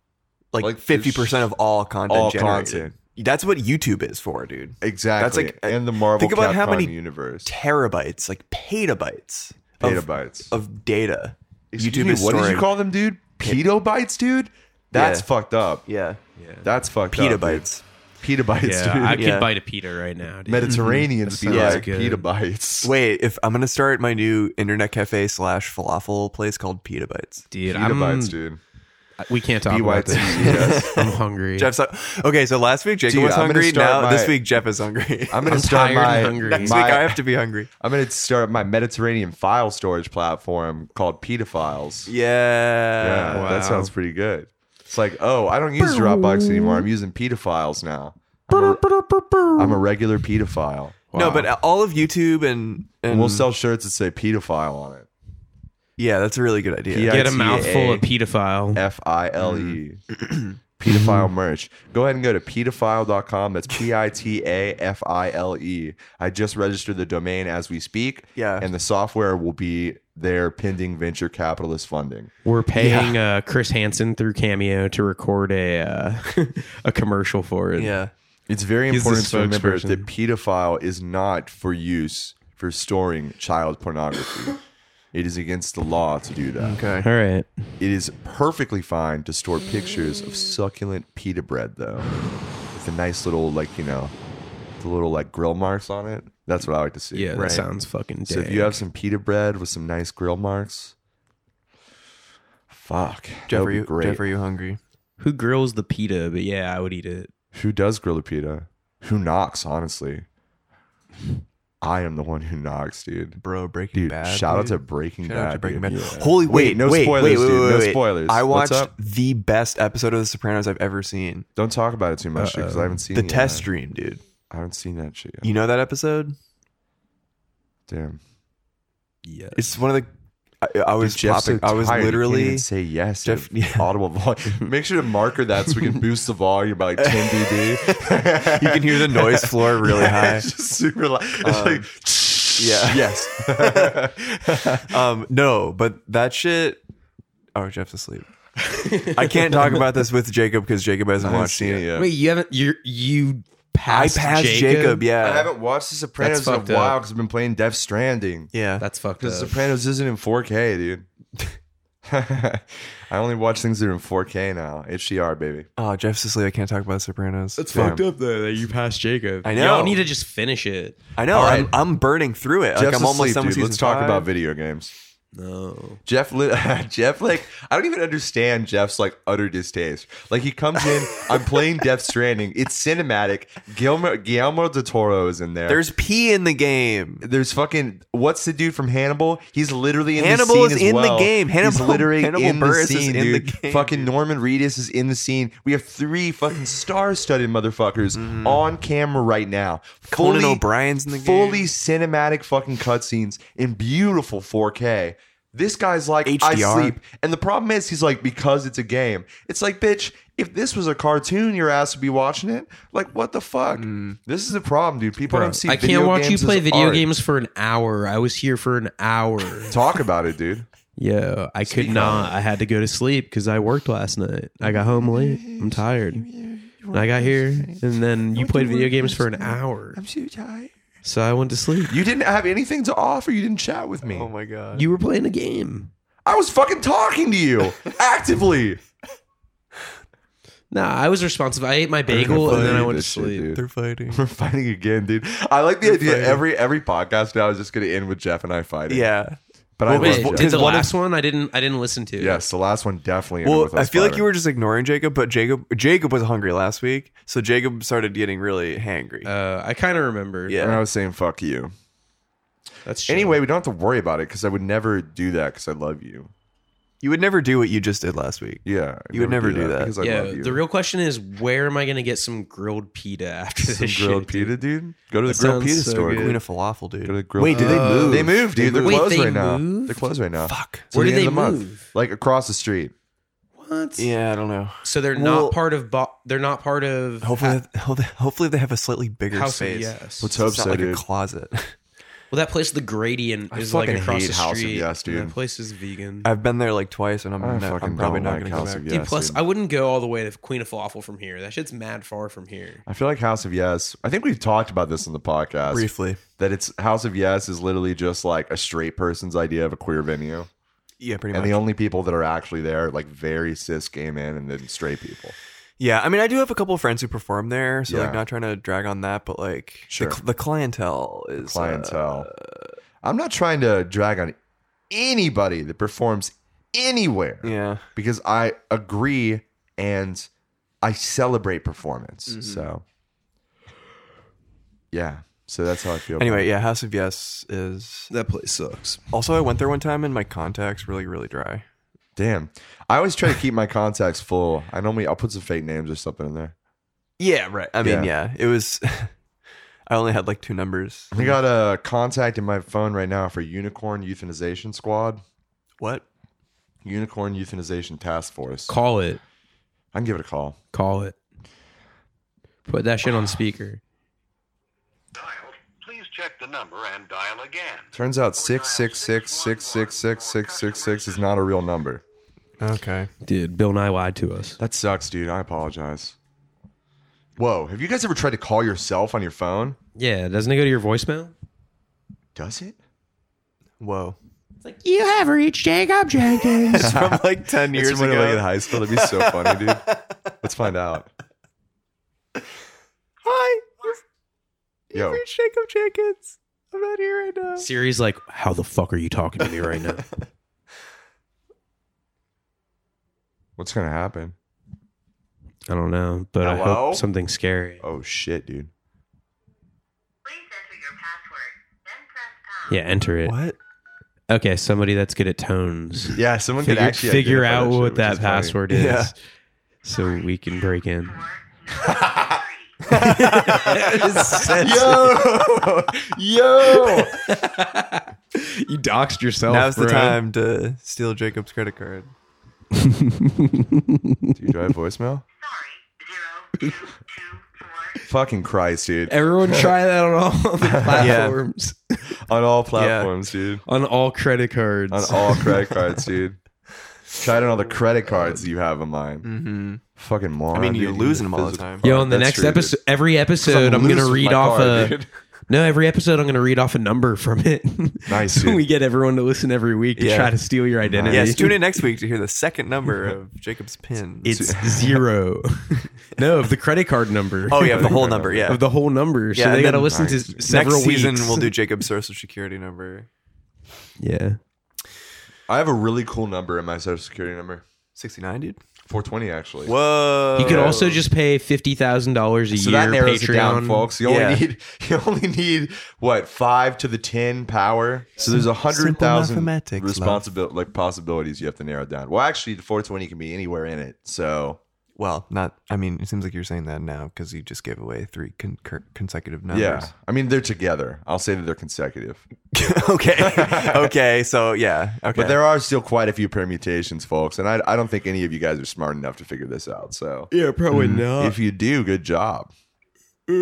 [SPEAKER 2] like
[SPEAKER 1] Like,
[SPEAKER 2] fifty percent of all content.
[SPEAKER 1] all
[SPEAKER 2] generated.
[SPEAKER 1] content.
[SPEAKER 2] That's what YouTube is for, dude.
[SPEAKER 1] Exactly.
[SPEAKER 2] like- uh,
[SPEAKER 1] in the Marvel
[SPEAKER 2] think about how
[SPEAKER 1] Capcom
[SPEAKER 2] many
[SPEAKER 1] universe
[SPEAKER 2] Terabytes, like petabytes, of-
[SPEAKER 1] petabytes.
[SPEAKER 2] of, data.
[SPEAKER 1] Excuse
[SPEAKER 2] YouTube
[SPEAKER 1] me,
[SPEAKER 2] is
[SPEAKER 1] what did
[SPEAKER 2] storing-
[SPEAKER 1] you call them, dude? Petabytes, dude. That's
[SPEAKER 2] Yeah.
[SPEAKER 1] fucked up.
[SPEAKER 2] Yeah,
[SPEAKER 1] That's fucked
[SPEAKER 2] petabytes.
[SPEAKER 1] up. dude. Petabytes.
[SPEAKER 3] yeah,
[SPEAKER 1] dude.
[SPEAKER 3] I could
[SPEAKER 2] Yeah.
[SPEAKER 3] bite a pita right now. Dude.
[SPEAKER 1] Mediterraneans be
[SPEAKER 3] sounds
[SPEAKER 1] like
[SPEAKER 3] good.
[SPEAKER 1] petabytes.
[SPEAKER 2] Wait, if I'm gonna start my new internet cafe slash falafel place called Petabytes.
[SPEAKER 3] dude, I'm,
[SPEAKER 1] petabytes, dude.
[SPEAKER 3] we can't talk about
[SPEAKER 1] BYT.
[SPEAKER 3] this.
[SPEAKER 1] Yes.
[SPEAKER 3] I'm hungry.
[SPEAKER 2] Jeff's okay. So last week Jacob
[SPEAKER 1] Dude,
[SPEAKER 2] was
[SPEAKER 1] I'm gonna
[SPEAKER 2] hungry.
[SPEAKER 1] start
[SPEAKER 2] Now
[SPEAKER 1] my-
[SPEAKER 2] this week Jeff is hungry.
[SPEAKER 1] I'm gonna
[SPEAKER 3] I'm
[SPEAKER 1] start
[SPEAKER 3] tired
[SPEAKER 1] my.
[SPEAKER 3] and hungry.
[SPEAKER 2] Next
[SPEAKER 1] my-
[SPEAKER 2] week I have to be hungry.
[SPEAKER 1] I'm gonna start my Mediterranean file storage platform called Pedophiles.
[SPEAKER 2] Yeah.
[SPEAKER 1] Yeah,
[SPEAKER 3] wow.
[SPEAKER 1] that sounds pretty good. It's like, oh, I don't use Dropbox anymore. I'm using pedophiles now. I'm a, I'm a regular pedophile.
[SPEAKER 2] No, but all of YouTube and, and
[SPEAKER 1] And we'll sell shirts that say pedophile on it.
[SPEAKER 2] Yeah, that's a really good idea.
[SPEAKER 1] Yeah.
[SPEAKER 3] Get a
[SPEAKER 1] ITA.
[SPEAKER 3] mouthful of pedophile.
[SPEAKER 1] F I L E.
[SPEAKER 2] Mm-hmm.
[SPEAKER 1] Pedophile merch. Go ahead and go to pedophile.com. That's P I T A F I L E. I just registered the domain as we speak.
[SPEAKER 2] Yeah.
[SPEAKER 1] And the software will be there pending venture capitalist funding.
[SPEAKER 3] We're paying uh, Chris Hansen through Cameo to record a uh, a commercial for it.
[SPEAKER 2] Yeah.
[SPEAKER 1] It's very
[SPEAKER 3] He's the
[SPEAKER 1] important to remember
[SPEAKER 3] spokesperson.
[SPEAKER 1] that pedophile is not for use for storing child pornography. it is against the law to do that.
[SPEAKER 2] Okay.
[SPEAKER 3] All right.
[SPEAKER 1] It is perfectly fine to store pictures of succulent pita bread, though, with a nice little like you know, the little like grill marks on it. That's what I like to see.
[SPEAKER 3] Yeah, that sounds fucking.
[SPEAKER 1] So if
[SPEAKER 3] dank.
[SPEAKER 1] you have some pita bread with some nice grill marks, fuck, that
[SPEAKER 2] Jeff,
[SPEAKER 1] would
[SPEAKER 2] are
[SPEAKER 1] be
[SPEAKER 2] you
[SPEAKER 1] great.
[SPEAKER 2] Jeff, are you hungry?
[SPEAKER 3] who grills the pita? But yeah, I would eat it.
[SPEAKER 1] Who does grill the pita? Who knocks? Honestly, I am the one who knocks, dude.
[SPEAKER 2] Bro, Breaking
[SPEAKER 1] Dude,
[SPEAKER 2] Bad.
[SPEAKER 1] shout out
[SPEAKER 2] dude.
[SPEAKER 1] to Breaking
[SPEAKER 2] Shout
[SPEAKER 1] Bad.
[SPEAKER 2] out to Breaking Bad.
[SPEAKER 1] dude.
[SPEAKER 2] Holy
[SPEAKER 1] Wait,
[SPEAKER 2] wait,
[SPEAKER 1] no
[SPEAKER 2] wait,
[SPEAKER 1] spoilers,
[SPEAKER 2] wait,
[SPEAKER 1] dude.
[SPEAKER 2] wait,
[SPEAKER 1] No
[SPEAKER 2] wait.
[SPEAKER 1] spoilers.
[SPEAKER 2] I
[SPEAKER 1] What's
[SPEAKER 2] watched
[SPEAKER 1] up?
[SPEAKER 2] the best episode of The Sopranos I've ever seen.
[SPEAKER 1] Don't talk about it too much because I haven't seen
[SPEAKER 2] The
[SPEAKER 1] it yet.
[SPEAKER 2] test stream, dude.
[SPEAKER 1] I haven't seen that shit yet.
[SPEAKER 2] You know that episode?
[SPEAKER 1] Damn.
[SPEAKER 2] It's one of the. I, I was
[SPEAKER 1] Jeff's so
[SPEAKER 2] popping. I was
[SPEAKER 1] tired, he can't
[SPEAKER 2] literally.
[SPEAKER 1] even say yes.
[SPEAKER 2] Jeff-
[SPEAKER 1] in Audible volume. Make sure to marker that so we can boost the volume by like 10 dB.
[SPEAKER 2] You can hear the noise floor really high. Um,
[SPEAKER 1] it's just super loud. It's like,
[SPEAKER 2] yeah.
[SPEAKER 1] yes.
[SPEAKER 2] Um, no, but that shit. Oh, Jeff's asleep. I can't talk about this with Jacob because Jacob
[SPEAKER 1] I
[SPEAKER 2] hasn't
[SPEAKER 1] haven't
[SPEAKER 2] watched
[SPEAKER 1] seen
[SPEAKER 2] it.
[SPEAKER 1] it
[SPEAKER 2] yet.
[SPEAKER 1] yet.
[SPEAKER 3] Wait, you haven't you you
[SPEAKER 2] I
[SPEAKER 3] passed,
[SPEAKER 2] passed Jacob. yeah.
[SPEAKER 1] I haven't watched The Sopranos
[SPEAKER 3] That's
[SPEAKER 1] in a
[SPEAKER 3] fucked up.
[SPEAKER 1] while because I've been playing Death Stranding.
[SPEAKER 2] Yeah.
[SPEAKER 3] That's fucked
[SPEAKER 1] The
[SPEAKER 3] up.
[SPEAKER 1] Sopranos isn't in 4K, dude. I only watch things that are in 4K now. HDR, baby.
[SPEAKER 2] oh, Jeff's asleep. I can't talk about Sopranos.
[SPEAKER 3] That's
[SPEAKER 1] Damn.
[SPEAKER 3] fucked up though that you passed Jacob.
[SPEAKER 2] I know.
[SPEAKER 3] Y'all need to just finish it.
[SPEAKER 2] I know.
[SPEAKER 1] All right.
[SPEAKER 2] I'm, I'm burning through it. like
[SPEAKER 1] Jeff's
[SPEAKER 2] I'm almost
[SPEAKER 1] asleep,
[SPEAKER 2] done
[SPEAKER 1] dude.
[SPEAKER 2] with season
[SPEAKER 1] Let's talk
[SPEAKER 2] five.
[SPEAKER 1] about video games.
[SPEAKER 3] No.
[SPEAKER 1] Jeff, li- Jeff, like I don't even understand Jeff's like utter distaste. Like he comes in, I'm playing Death Stranding. It's cinematic. Guillermo, Guillermo del Toro is in there.
[SPEAKER 2] There's pee in the game.
[SPEAKER 1] there's fucking what's the dude from Hannibal? He's literally in
[SPEAKER 2] Hannibal
[SPEAKER 1] the
[SPEAKER 2] is
[SPEAKER 1] scene as
[SPEAKER 2] in the
[SPEAKER 1] well.
[SPEAKER 2] game. Hannibal-
[SPEAKER 1] He's literally
[SPEAKER 2] Hannibal
[SPEAKER 1] in
[SPEAKER 2] Buress
[SPEAKER 1] the
[SPEAKER 2] is
[SPEAKER 1] scene,
[SPEAKER 2] in the
[SPEAKER 1] dude.
[SPEAKER 2] game,
[SPEAKER 1] fucking Norman Reedus is in the scene. We have three fucking star-studded motherfuckers on camera right now.
[SPEAKER 2] Mm-hmm. Conan
[SPEAKER 1] Fully-
[SPEAKER 2] O'Brien's in the game.
[SPEAKER 1] fully cinematic fucking cutscenes in beautiful 4K. This guy's like, I
[SPEAKER 2] HDR.
[SPEAKER 1] sleep. And the problem is, he's like, because it's a game. It's like, bitch, if this was a cartoon, your ass would be watching it. Like, what the fuck?
[SPEAKER 2] Mm.
[SPEAKER 1] This is the problem, dude. People don't see.
[SPEAKER 3] I can't
[SPEAKER 1] video
[SPEAKER 3] watch you
[SPEAKER 1] games
[SPEAKER 3] play
[SPEAKER 1] as
[SPEAKER 3] video
[SPEAKER 1] art.
[SPEAKER 3] games for an hour. I was here for an hour.
[SPEAKER 1] Talk about it, dude.
[SPEAKER 3] Yo, I could not. I had to go to sleep because I worked last night. I got home late. I'm tired. And I got here, and then you played video games for an hour.
[SPEAKER 1] I'm so tired.
[SPEAKER 3] So I went to sleep.
[SPEAKER 1] You didn't have anything to offer. You didn't chat with me.
[SPEAKER 2] Oh my god.
[SPEAKER 3] You were playing a game.
[SPEAKER 1] I was fucking talking to you actively.
[SPEAKER 3] Nah, I was responsible. I ate my bagel and then I went to sleep.
[SPEAKER 2] They're fighting.
[SPEAKER 1] We're fighting again, dude. I like the idea. Every every podcast now is just going to end with Jeff and I fighting.
[SPEAKER 2] Yeah.
[SPEAKER 1] but I
[SPEAKER 2] Well,
[SPEAKER 1] love
[SPEAKER 3] Wait,
[SPEAKER 2] Because
[SPEAKER 1] Jeff.
[SPEAKER 3] did the
[SPEAKER 2] one of-
[SPEAKER 3] last one I didn't I didn't listen to.
[SPEAKER 1] Yes, the last one definitely. ended
[SPEAKER 2] Well,
[SPEAKER 1] with us
[SPEAKER 2] I feel like you
[SPEAKER 1] fighting.
[SPEAKER 2] were just ignoring Jacob, but Jacob Jacob was hungry last week, so Jacob started getting really hangry.
[SPEAKER 3] Uh, I kind of remember.
[SPEAKER 2] Yeah.
[SPEAKER 1] And I was saying fuck you.
[SPEAKER 3] That's shit.
[SPEAKER 1] Anyway, we don't have to worry about it because I would never do that because I love you.
[SPEAKER 2] you would never do what you just did last week.
[SPEAKER 1] Yeah, I'd
[SPEAKER 2] You would never do that.
[SPEAKER 1] because I
[SPEAKER 3] Yeah,
[SPEAKER 1] love you.
[SPEAKER 3] the real question is where am I going to get some grilled pita after
[SPEAKER 1] Some
[SPEAKER 3] this
[SPEAKER 1] grilled
[SPEAKER 3] shit?
[SPEAKER 1] pita, dude. Go to the
[SPEAKER 3] That
[SPEAKER 1] grilled
[SPEAKER 3] sounds
[SPEAKER 1] pita
[SPEAKER 3] so
[SPEAKER 1] store.
[SPEAKER 3] good.
[SPEAKER 1] dude.
[SPEAKER 2] Queen of falafel, dude.
[SPEAKER 1] Go to the grilled
[SPEAKER 2] Wait, did they
[SPEAKER 1] pita.
[SPEAKER 2] move?
[SPEAKER 1] They moved, dude. They're
[SPEAKER 3] moved. Wait,
[SPEAKER 1] closed
[SPEAKER 3] they
[SPEAKER 1] right now.
[SPEAKER 3] moved?
[SPEAKER 1] They're closed right now.
[SPEAKER 2] Fuck.
[SPEAKER 1] Till
[SPEAKER 3] Where
[SPEAKER 1] the
[SPEAKER 3] did
[SPEAKER 1] end of
[SPEAKER 3] they
[SPEAKER 1] the month.
[SPEAKER 3] move?
[SPEAKER 1] Like across the street.
[SPEAKER 3] What?
[SPEAKER 2] Yeah, I don't know.
[SPEAKER 3] So they're
[SPEAKER 2] Well-
[SPEAKER 3] not part of. Bo- they're not part of.
[SPEAKER 2] Hopefully, hopefully, hopefully they have a slightly bigger
[SPEAKER 3] House of
[SPEAKER 2] space.
[SPEAKER 3] Yes.
[SPEAKER 1] Let's
[SPEAKER 2] So
[SPEAKER 1] hope
[SPEAKER 2] it's not
[SPEAKER 1] so,
[SPEAKER 2] like a
[SPEAKER 1] dude.
[SPEAKER 2] closet.
[SPEAKER 3] Well, that place, the Gradient,
[SPEAKER 1] I
[SPEAKER 3] is like
[SPEAKER 1] fucking
[SPEAKER 3] across
[SPEAKER 1] hate
[SPEAKER 3] the
[SPEAKER 1] House of
[SPEAKER 3] street.
[SPEAKER 1] Yes,
[SPEAKER 3] and
[SPEAKER 1] dude.
[SPEAKER 3] That place is vegan.
[SPEAKER 2] I've been there like twice, and I'm,
[SPEAKER 1] I
[SPEAKER 2] not-
[SPEAKER 1] fucking
[SPEAKER 2] I'm probably
[SPEAKER 1] don't
[SPEAKER 2] not
[SPEAKER 1] like
[SPEAKER 2] going to go
[SPEAKER 1] House
[SPEAKER 2] back.
[SPEAKER 1] of
[SPEAKER 3] dude,
[SPEAKER 1] Yes.
[SPEAKER 3] plus
[SPEAKER 1] dude.
[SPEAKER 3] I wouldn't go all the way to Queen of Falafel from here. That shit's mad far from here.
[SPEAKER 1] I feel like House of Yes. I think we've talked about this on the podcast
[SPEAKER 2] Briefly.
[SPEAKER 1] that it's House of Yes is literally just like a straight person's idea of a queer venue,
[SPEAKER 2] Yeah, pretty
[SPEAKER 1] and
[SPEAKER 2] much.
[SPEAKER 1] the only people that are actually there are like very cis gay men and then straight people.
[SPEAKER 2] yeah, I mean, I do have a couple of friends who perform there, so like,
[SPEAKER 1] Yeah.
[SPEAKER 2] not trying to drag on that, but like,
[SPEAKER 1] Sure.
[SPEAKER 2] the, cl- the clientele is uh,
[SPEAKER 1] clientele. I'm not trying to drag on anybody that performs anywhere
[SPEAKER 2] yeah,
[SPEAKER 1] because I agree and I celebrate performance.
[SPEAKER 3] Mm-hmm.
[SPEAKER 1] So, yeah. So that's how I feel. about
[SPEAKER 2] Anyway,
[SPEAKER 1] it.
[SPEAKER 2] yeah, House of Yes is.
[SPEAKER 3] That place sucks.
[SPEAKER 2] Also, I went there one time and my contacts really, really dry.
[SPEAKER 1] damn. I always try to keep my contacts full. I normally I'll put some fake names or something in there.
[SPEAKER 2] Yeah, right. I mean, yeah,
[SPEAKER 1] Yeah.
[SPEAKER 2] it was. I only had like two numbers.
[SPEAKER 1] I got a contact in my phone right now for Unicorn Euthanization Squad,
[SPEAKER 2] What?
[SPEAKER 1] Unicorn Euthanization Task Force.
[SPEAKER 3] Call it.
[SPEAKER 1] I can give it a call.
[SPEAKER 3] Call it. Put that shit on speaker.
[SPEAKER 10] dialed, please check the number and dial again.
[SPEAKER 1] Turns out six six six six six six six six six is not a real number.
[SPEAKER 2] Okay.
[SPEAKER 3] Dude, Bill Nye lied to us.
[SPEAKER 1] That sucks, dude. I apologize. Whoa, have you guys ever tried to call yourself on your phone?
[SPEAKER 3] Yeah, doesn't it go to your voicemail?
[SPEAKER 1] Does it?
[SPEAKER 2] Whoa.
[SPEAKER 3] You have reached Jacob Jenkins.
[SPEAKER 2] It's from like ten years
[SPEAKER 1] It's when
[SPEAKER 2] ago.
[SPEAKER 1] you're like in high school. That'd be so funny, dude. Let's find out.
[SPEAKER 2] Hi,
[SPEAKER 1] Yo,
[SPEAKER 2] it's Jacob Jenkins. I'm out here right now.
[SPEAKER 3] Siri's like, how the fuck are you talking to me right now?
[SPEAKER 1] what's gonna happen?
[SPEAKER 3] I don't know, but I
[SPEAKER 1] Hello?
[SPEAKER 3] hope something scary.
[SPEAKER 1] Oh shit, dude.
[SPEAKER 8] Please enter your password, then press pound.
[SPEAKER 3] Yeah, enter it.
[SPEAKER 2] What?
[SPEAKER 3] Okay, somebody that's good at tones.
[SPEAKER 1] Yeah, someone
[SPEAKER 3] figure
[SPEAKER 1] could actually
[SPEAKER 3] figure
[SPEAKER 1] identify
[SPEAKER 3] out
[SPEAKER 1] shit,
[SPEAKER 3] what
[SPEAKER 1] which
[SPEAKER 3] that
[SPEAKER 1] is funny.
[SPEAKER 3] password is
[SPEAKER 2] Yeah.
[SPEAKER 3] so we can break in.
[SPEAKER 1] Yo, yo.
[SPEAKER 3] You doxed yourself.
[SPEAKER 2] Now's the time to steal Jacob's credit card.
[SPEAKER 1] Do you have
[SPEAKER 10] Sorry,
[SPEAKER 1] voicemail?
[SPEAKER 10] zero, two, two, four.
[SPEAKER 1] Fucking Christ, dude.
[SPEAKER 3] Everyone try that on all the platforms,
[SPEAKER 1] On all platforms, dude.
[SPEAKER 3] on all credit cards.
[SPEAKER 1] On all credit cards, dude. Try it on all the credit cards you have in mind.
[SPEAKER 2] Mm-hmm.
[SPEAKER 1] Fucking moron.
[SPEAKER 2] I mean,
[SPEAKER 1] dude.
[SPEAKER 2] you're losing them all the
[SPEAKER 1] Physical-
[SPEAKER 2] time.
[SPEAKER 3] Yo, on the
[SPEAKER 1] That's
[SPEAKER 3] next
[SPEAKER 1] true, dude.
[SPEAKER 3] episode, every episode, I'm gonna
[SPEAKER 1] loose with
[SPEAKER 3] read
[SPEAKER 1] my
[SPEAKER 3] off
[SPEAKER 1] card,
[SPEAKER 3] a.
[SPEAKER 1] dude.
[SPEAKER 3] No, every episode I'm going to read off a number from it.
[SPEAKER 1] Nice,
[SPEAKER 3] so
[SPEAKER 1] dude.
[SPEAKER 3] we get everyone to listen every week to
[SPEAKER 2] Yeah.
[SPEAKER 3] try to steal your identity.
[SPEAKER 2] Yes, tune in next week to hear the second number of Jacob's pin.
[SPEAKER 3] It's zero. no, of the credit card number.
[SPEAKER 2] oh yeah, the whole number. Yeah.
[SPEAKER 3] of the whole number. So
[SPEAKER 2] Yeah,
[SPEAKER 3] they
[SPEAKER 2] and
[SPEAKER 3] got to
[SPEAKER 2] then-
[SPEAKER 3] listen to
[SPEAKER 1] Nice.
[SPEAKER 3] s- several
[SPEAKER 2] next season
[SPEAKER 3] weeks.
[SPEAKER 2] we'll do Jacob's social security number
[SPEAKER 3] yeah.
[SPEAKER 1] I have a really cool number in my social security number.
[SPEAKER 2] sixty nine, dude.
[SPEAKER 1] 420 actually.
[SPEAKER 2] Whoa.
[SPEAKER 3] You could also just pay fifty thousand dollars a
[SPEAKER 1] So
[SPEAKER 3] year
[SPEAKER 1] that narrows
[SPEAKER 3] Patreon.
[SPEAKER 1] it down, folks. You only
[SPEAKER 2] Yeah.
[SPEAKER 1] need you only need what five to the ten power. So there's a hundred
[SPEAKER 2] Simple
[SPEAKER 1] thousand
[SPEAKER 2] mathematics,
[SPEAKER 1] responsibility like possibilities you have to narrow down. Well, actually, the 420 can be anywhere in it. So
[SPEAKER 2] Well, not. I mean, it seems like you're saying that now because you just gave away three con- cur- consecutive numbers.
[SPEAKER 1] yeah, I mean they're together. I'll say that they're consecutive,
[SPEAKER 2] okay. okay. So yeah. Okay.
[SPEAKER 1] but there are still quite a few permutations, folks. And I I don't think any of you guys are smart enough to figure this out. So
[SPEAKER 3] Yeah, probably
[SPEAKER 1] if you do, good job. If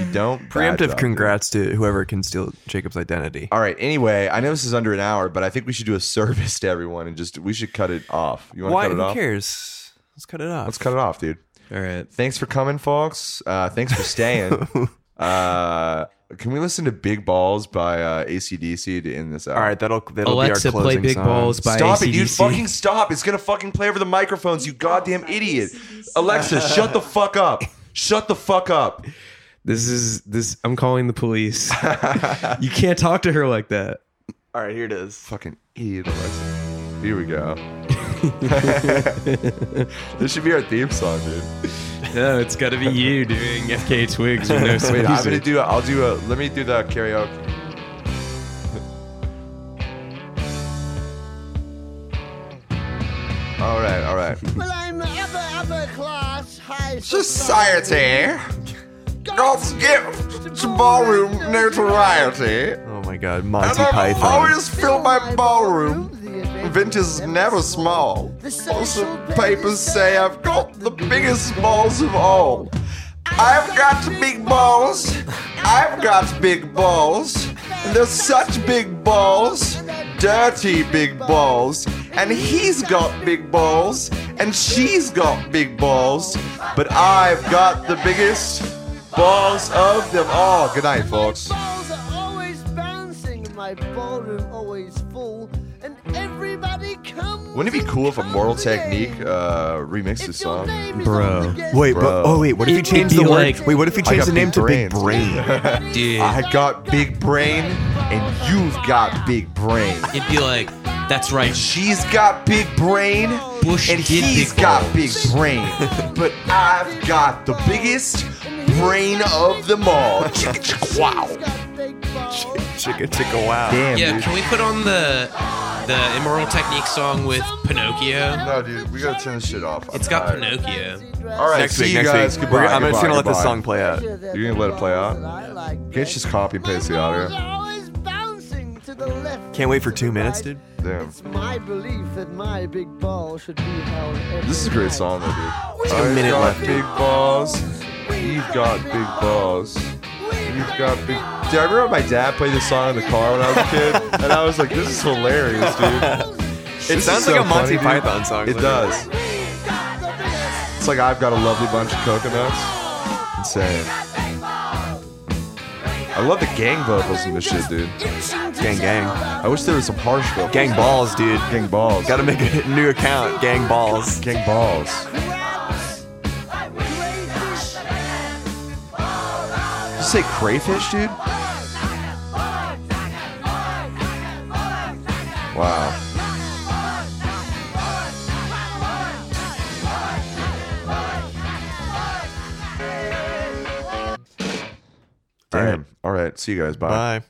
[SPEAKER 1] you don't, bad
[SPEAKER 2] preemptive
[SPEAKER 1] job.
[SPEAKER 2] congrats to whoever can steal Jacob's identity.
[SPEAKER 1] All right. Anyway, I know this is under an hour, but I think we should do a service to everyone and just we should cut it off. You want to
[SPEAKER 2] Why?
[SPEAKER 1] cut it
[SPEAKER 2] Who
[SPEAKER 1] off?
[SPEAKER 2] cares? Let's cut it off.
[SPEAKER 1] Let's cut it off, dude.
[SPEAKER 3] All right.
[SPEAKER 1] Thanks for coming, folks. Uh, thanks for staying. uh, can we listen to Big Balls by uh, ACDC to end this out?
[SPEAKER 2] All right. That'll that'll
[SPEAKER 3] Alexa,
[SPEAKER 2] be
[SPEAKER 3] play
[SPEAKER 2] our closing
[SPEAKER 3] Big
[SPEAKER 2] song.
[SPEAKER 3] Balls by
[SPEAKER 1] Stop it, dude.
[SPEAKER 3] AC/DC.
[SPEAKER 1] Fucking stop. It's going to fucking play over the microphones, you goddamn idiot. Alexa, shut the fuck up. Shut the fuck up.
[SPEAKER 3] This is this. I'm calling the police. you can't talk to her like that.
[SPEAKER 2] All right. Here it is.
[SPEAKER 1] Fucking idiot, Alexa. Here we go. this should be our theme song, dude.
[SPEAKER 3] No, it's got to be you doing FK Twigs or no
[SPEAKER 1] Wait, I'm gonna
[SPEAKER 3] music.
[SPEAKER 1] do. A, I'll do a. Let me do the karaoke. all right, all right.
[SPEAKER 4] Well, I'm upper, upper class high
[SPEAKER 1] Society. God's gift to ballroom notoriety.
[SPEAKER 2] Oh my God.
[SPEAKER 1] And
[SPEAKER 2] Monty
[SPEAKER 1] I've
[SPEAKER 2] Python.
[SPEAKER 1] always filled my ballroom. Vent is never small. Most of the papers say I've got the biggest balls of all. I've got big balls. I've got big balls. And they're such big balls. Dirty big balls. And he's got big balls. And she's got big balls. But I've got the biggest balls of them all. Good night, folks.
[SPEAKER 4] balls are always bouncing, and my ballroom always full, and everybody comes.
[SPEAKER 1] Wouldn't it be
[SPEAKER 4] and
[SPEAKER 1] cool if a
[SPEAKER 4] comes
[SPEAKER 1] Mortal
[SPEAKER 4] again.
[SPEAKER 1] Technique uh, remixed this
[SPEAKER 4] If
[SPEAKER 1] song?
[SPEAKER 4] your name is
[SPEAKER 3] Bro.
[SPEAKER 4] on the guest
[SPEAKER 2] Wait,
[SPEAKER 1] Bro.
[SPEAKER 2] but oh wait, what if you
[SPEAKER 3] It
[SPEAKER 2] change
[SPEAKER 3] would
[SPEAKER 2] the
[SPEAKER 3] be
[SPEAKER 2] word?
[SPEAKER 3] like-
[SPEAKER 2] wait, what if you
[SPEAKER 1] I
[SPEAKER 2] change
[SPEAKER 1] got
[SPEAKER 2] the name
[SPEAKER 1] big
[SPEAKER 2] to Big
[SPEAKER 1] brains.
[SPEAKER 2] Brain?
[SPEAKER 3] Dude,
[SPEAKER 1] I got big brain, and you've got big brain.
[SPEAKER 3] it'd be like, that's right.
[SPEAKER 1] She's got big brain,
[SPEAKER 3] Bush
[SPEAKER 1] and
[SPEAKER 3] did big
[SPEAKER 1] he's got
[SPEAKER 3] balls.
[SPEAKER 1] big brain. But I've got the biggest brain of them all. Chicka chicka wow.
[SPEAKER 4] got big balls.
[SPEAKER 2] Chicka chicka wow.
[SPEAKER 1] Damn,
[SPEAKER 3] Yeah,
[SPEAKER 1] dude.
[SPEAKER 3] can we put on the the Immoral Technique song with Pinocchio?
[SPEAKER 1] no, dude, we gotta turn this shit off. I'm
[SPEAKER 3] It's got
[SPEAKER 1] tired.
[SPEAKER 3] Pinocchio.
[SPEAKER 1] All right,
[SPEAKER 2] Next
[SPEAKER 1] see
[SPEAKER 2] week,
[SPEAKER 1] you
[SPEAKER 2] next
[SPEAKER 1] guys.
[SPEAKER 2] week.
[SPEAKER 1] Goodbye.
[SPEAKER 2] We're- I'm just
[SPEAKER 1] goodbye,
[SPEAKER 2] gonna let this
[SPEAKER 1] goodbye.
[SPEAKER 2] song play out.
[SPEAKER 1] You're gonna let it play out? You guys just copy and paste the audio.
[SPEAKER 4] Always bouncing to the left.
[SPEAKER 2] Can't wait for
[SPEAKER 4] to
[SPEAKER 2] two
[SPEAKER 4] the
[SPEAKER 2] minutes,
[SPEAKER 4] right.
[SPEAKER 2] dude.
[SPEAKER 1] Damn.
[SPEAKER 4] It's my belief that my big ball should be held. every
[SPEAKER 1] This is a great
[SPEAKER 4] night.
[SPEAKER 1] song, though, dude.
[SPEAKER 2] got a
[SPEAKER 1] I've
[SPEAKER 2] minute
[SPEAKER 1] got
[SPEAKER 2] left.
[SPEAKER 1] Big balls. You've got big balls. You've got big. Dude, I remember my dad played this song in the car when I was a kid, and I was like, "This is hilarious, dude." It
[SPEAKER 2] sounds like a Monty Python song,
[SPEAKER 1] It
[SPEAKER 2] literally.
[SPEAKER 1] does. It's like I've got a lovely bunch of coconuts. Insane. I love the gang vocals in this shit, dude.
[SPEAKER 2] Gang gang.
[SPEAKER 1] I wish there was some harsh vocals.
[SPEAKER 2] Gang balls, dude.
[SPEAKER 1] Gang balls.
[SPEAKER 2] Gotta make a new account. Gang balls.
[SPEAKER 1] gang balls. Did you say crayfish, dude? Wow. Damn. All right. See you guys. Bye.
[SPEAKER 2] Bye.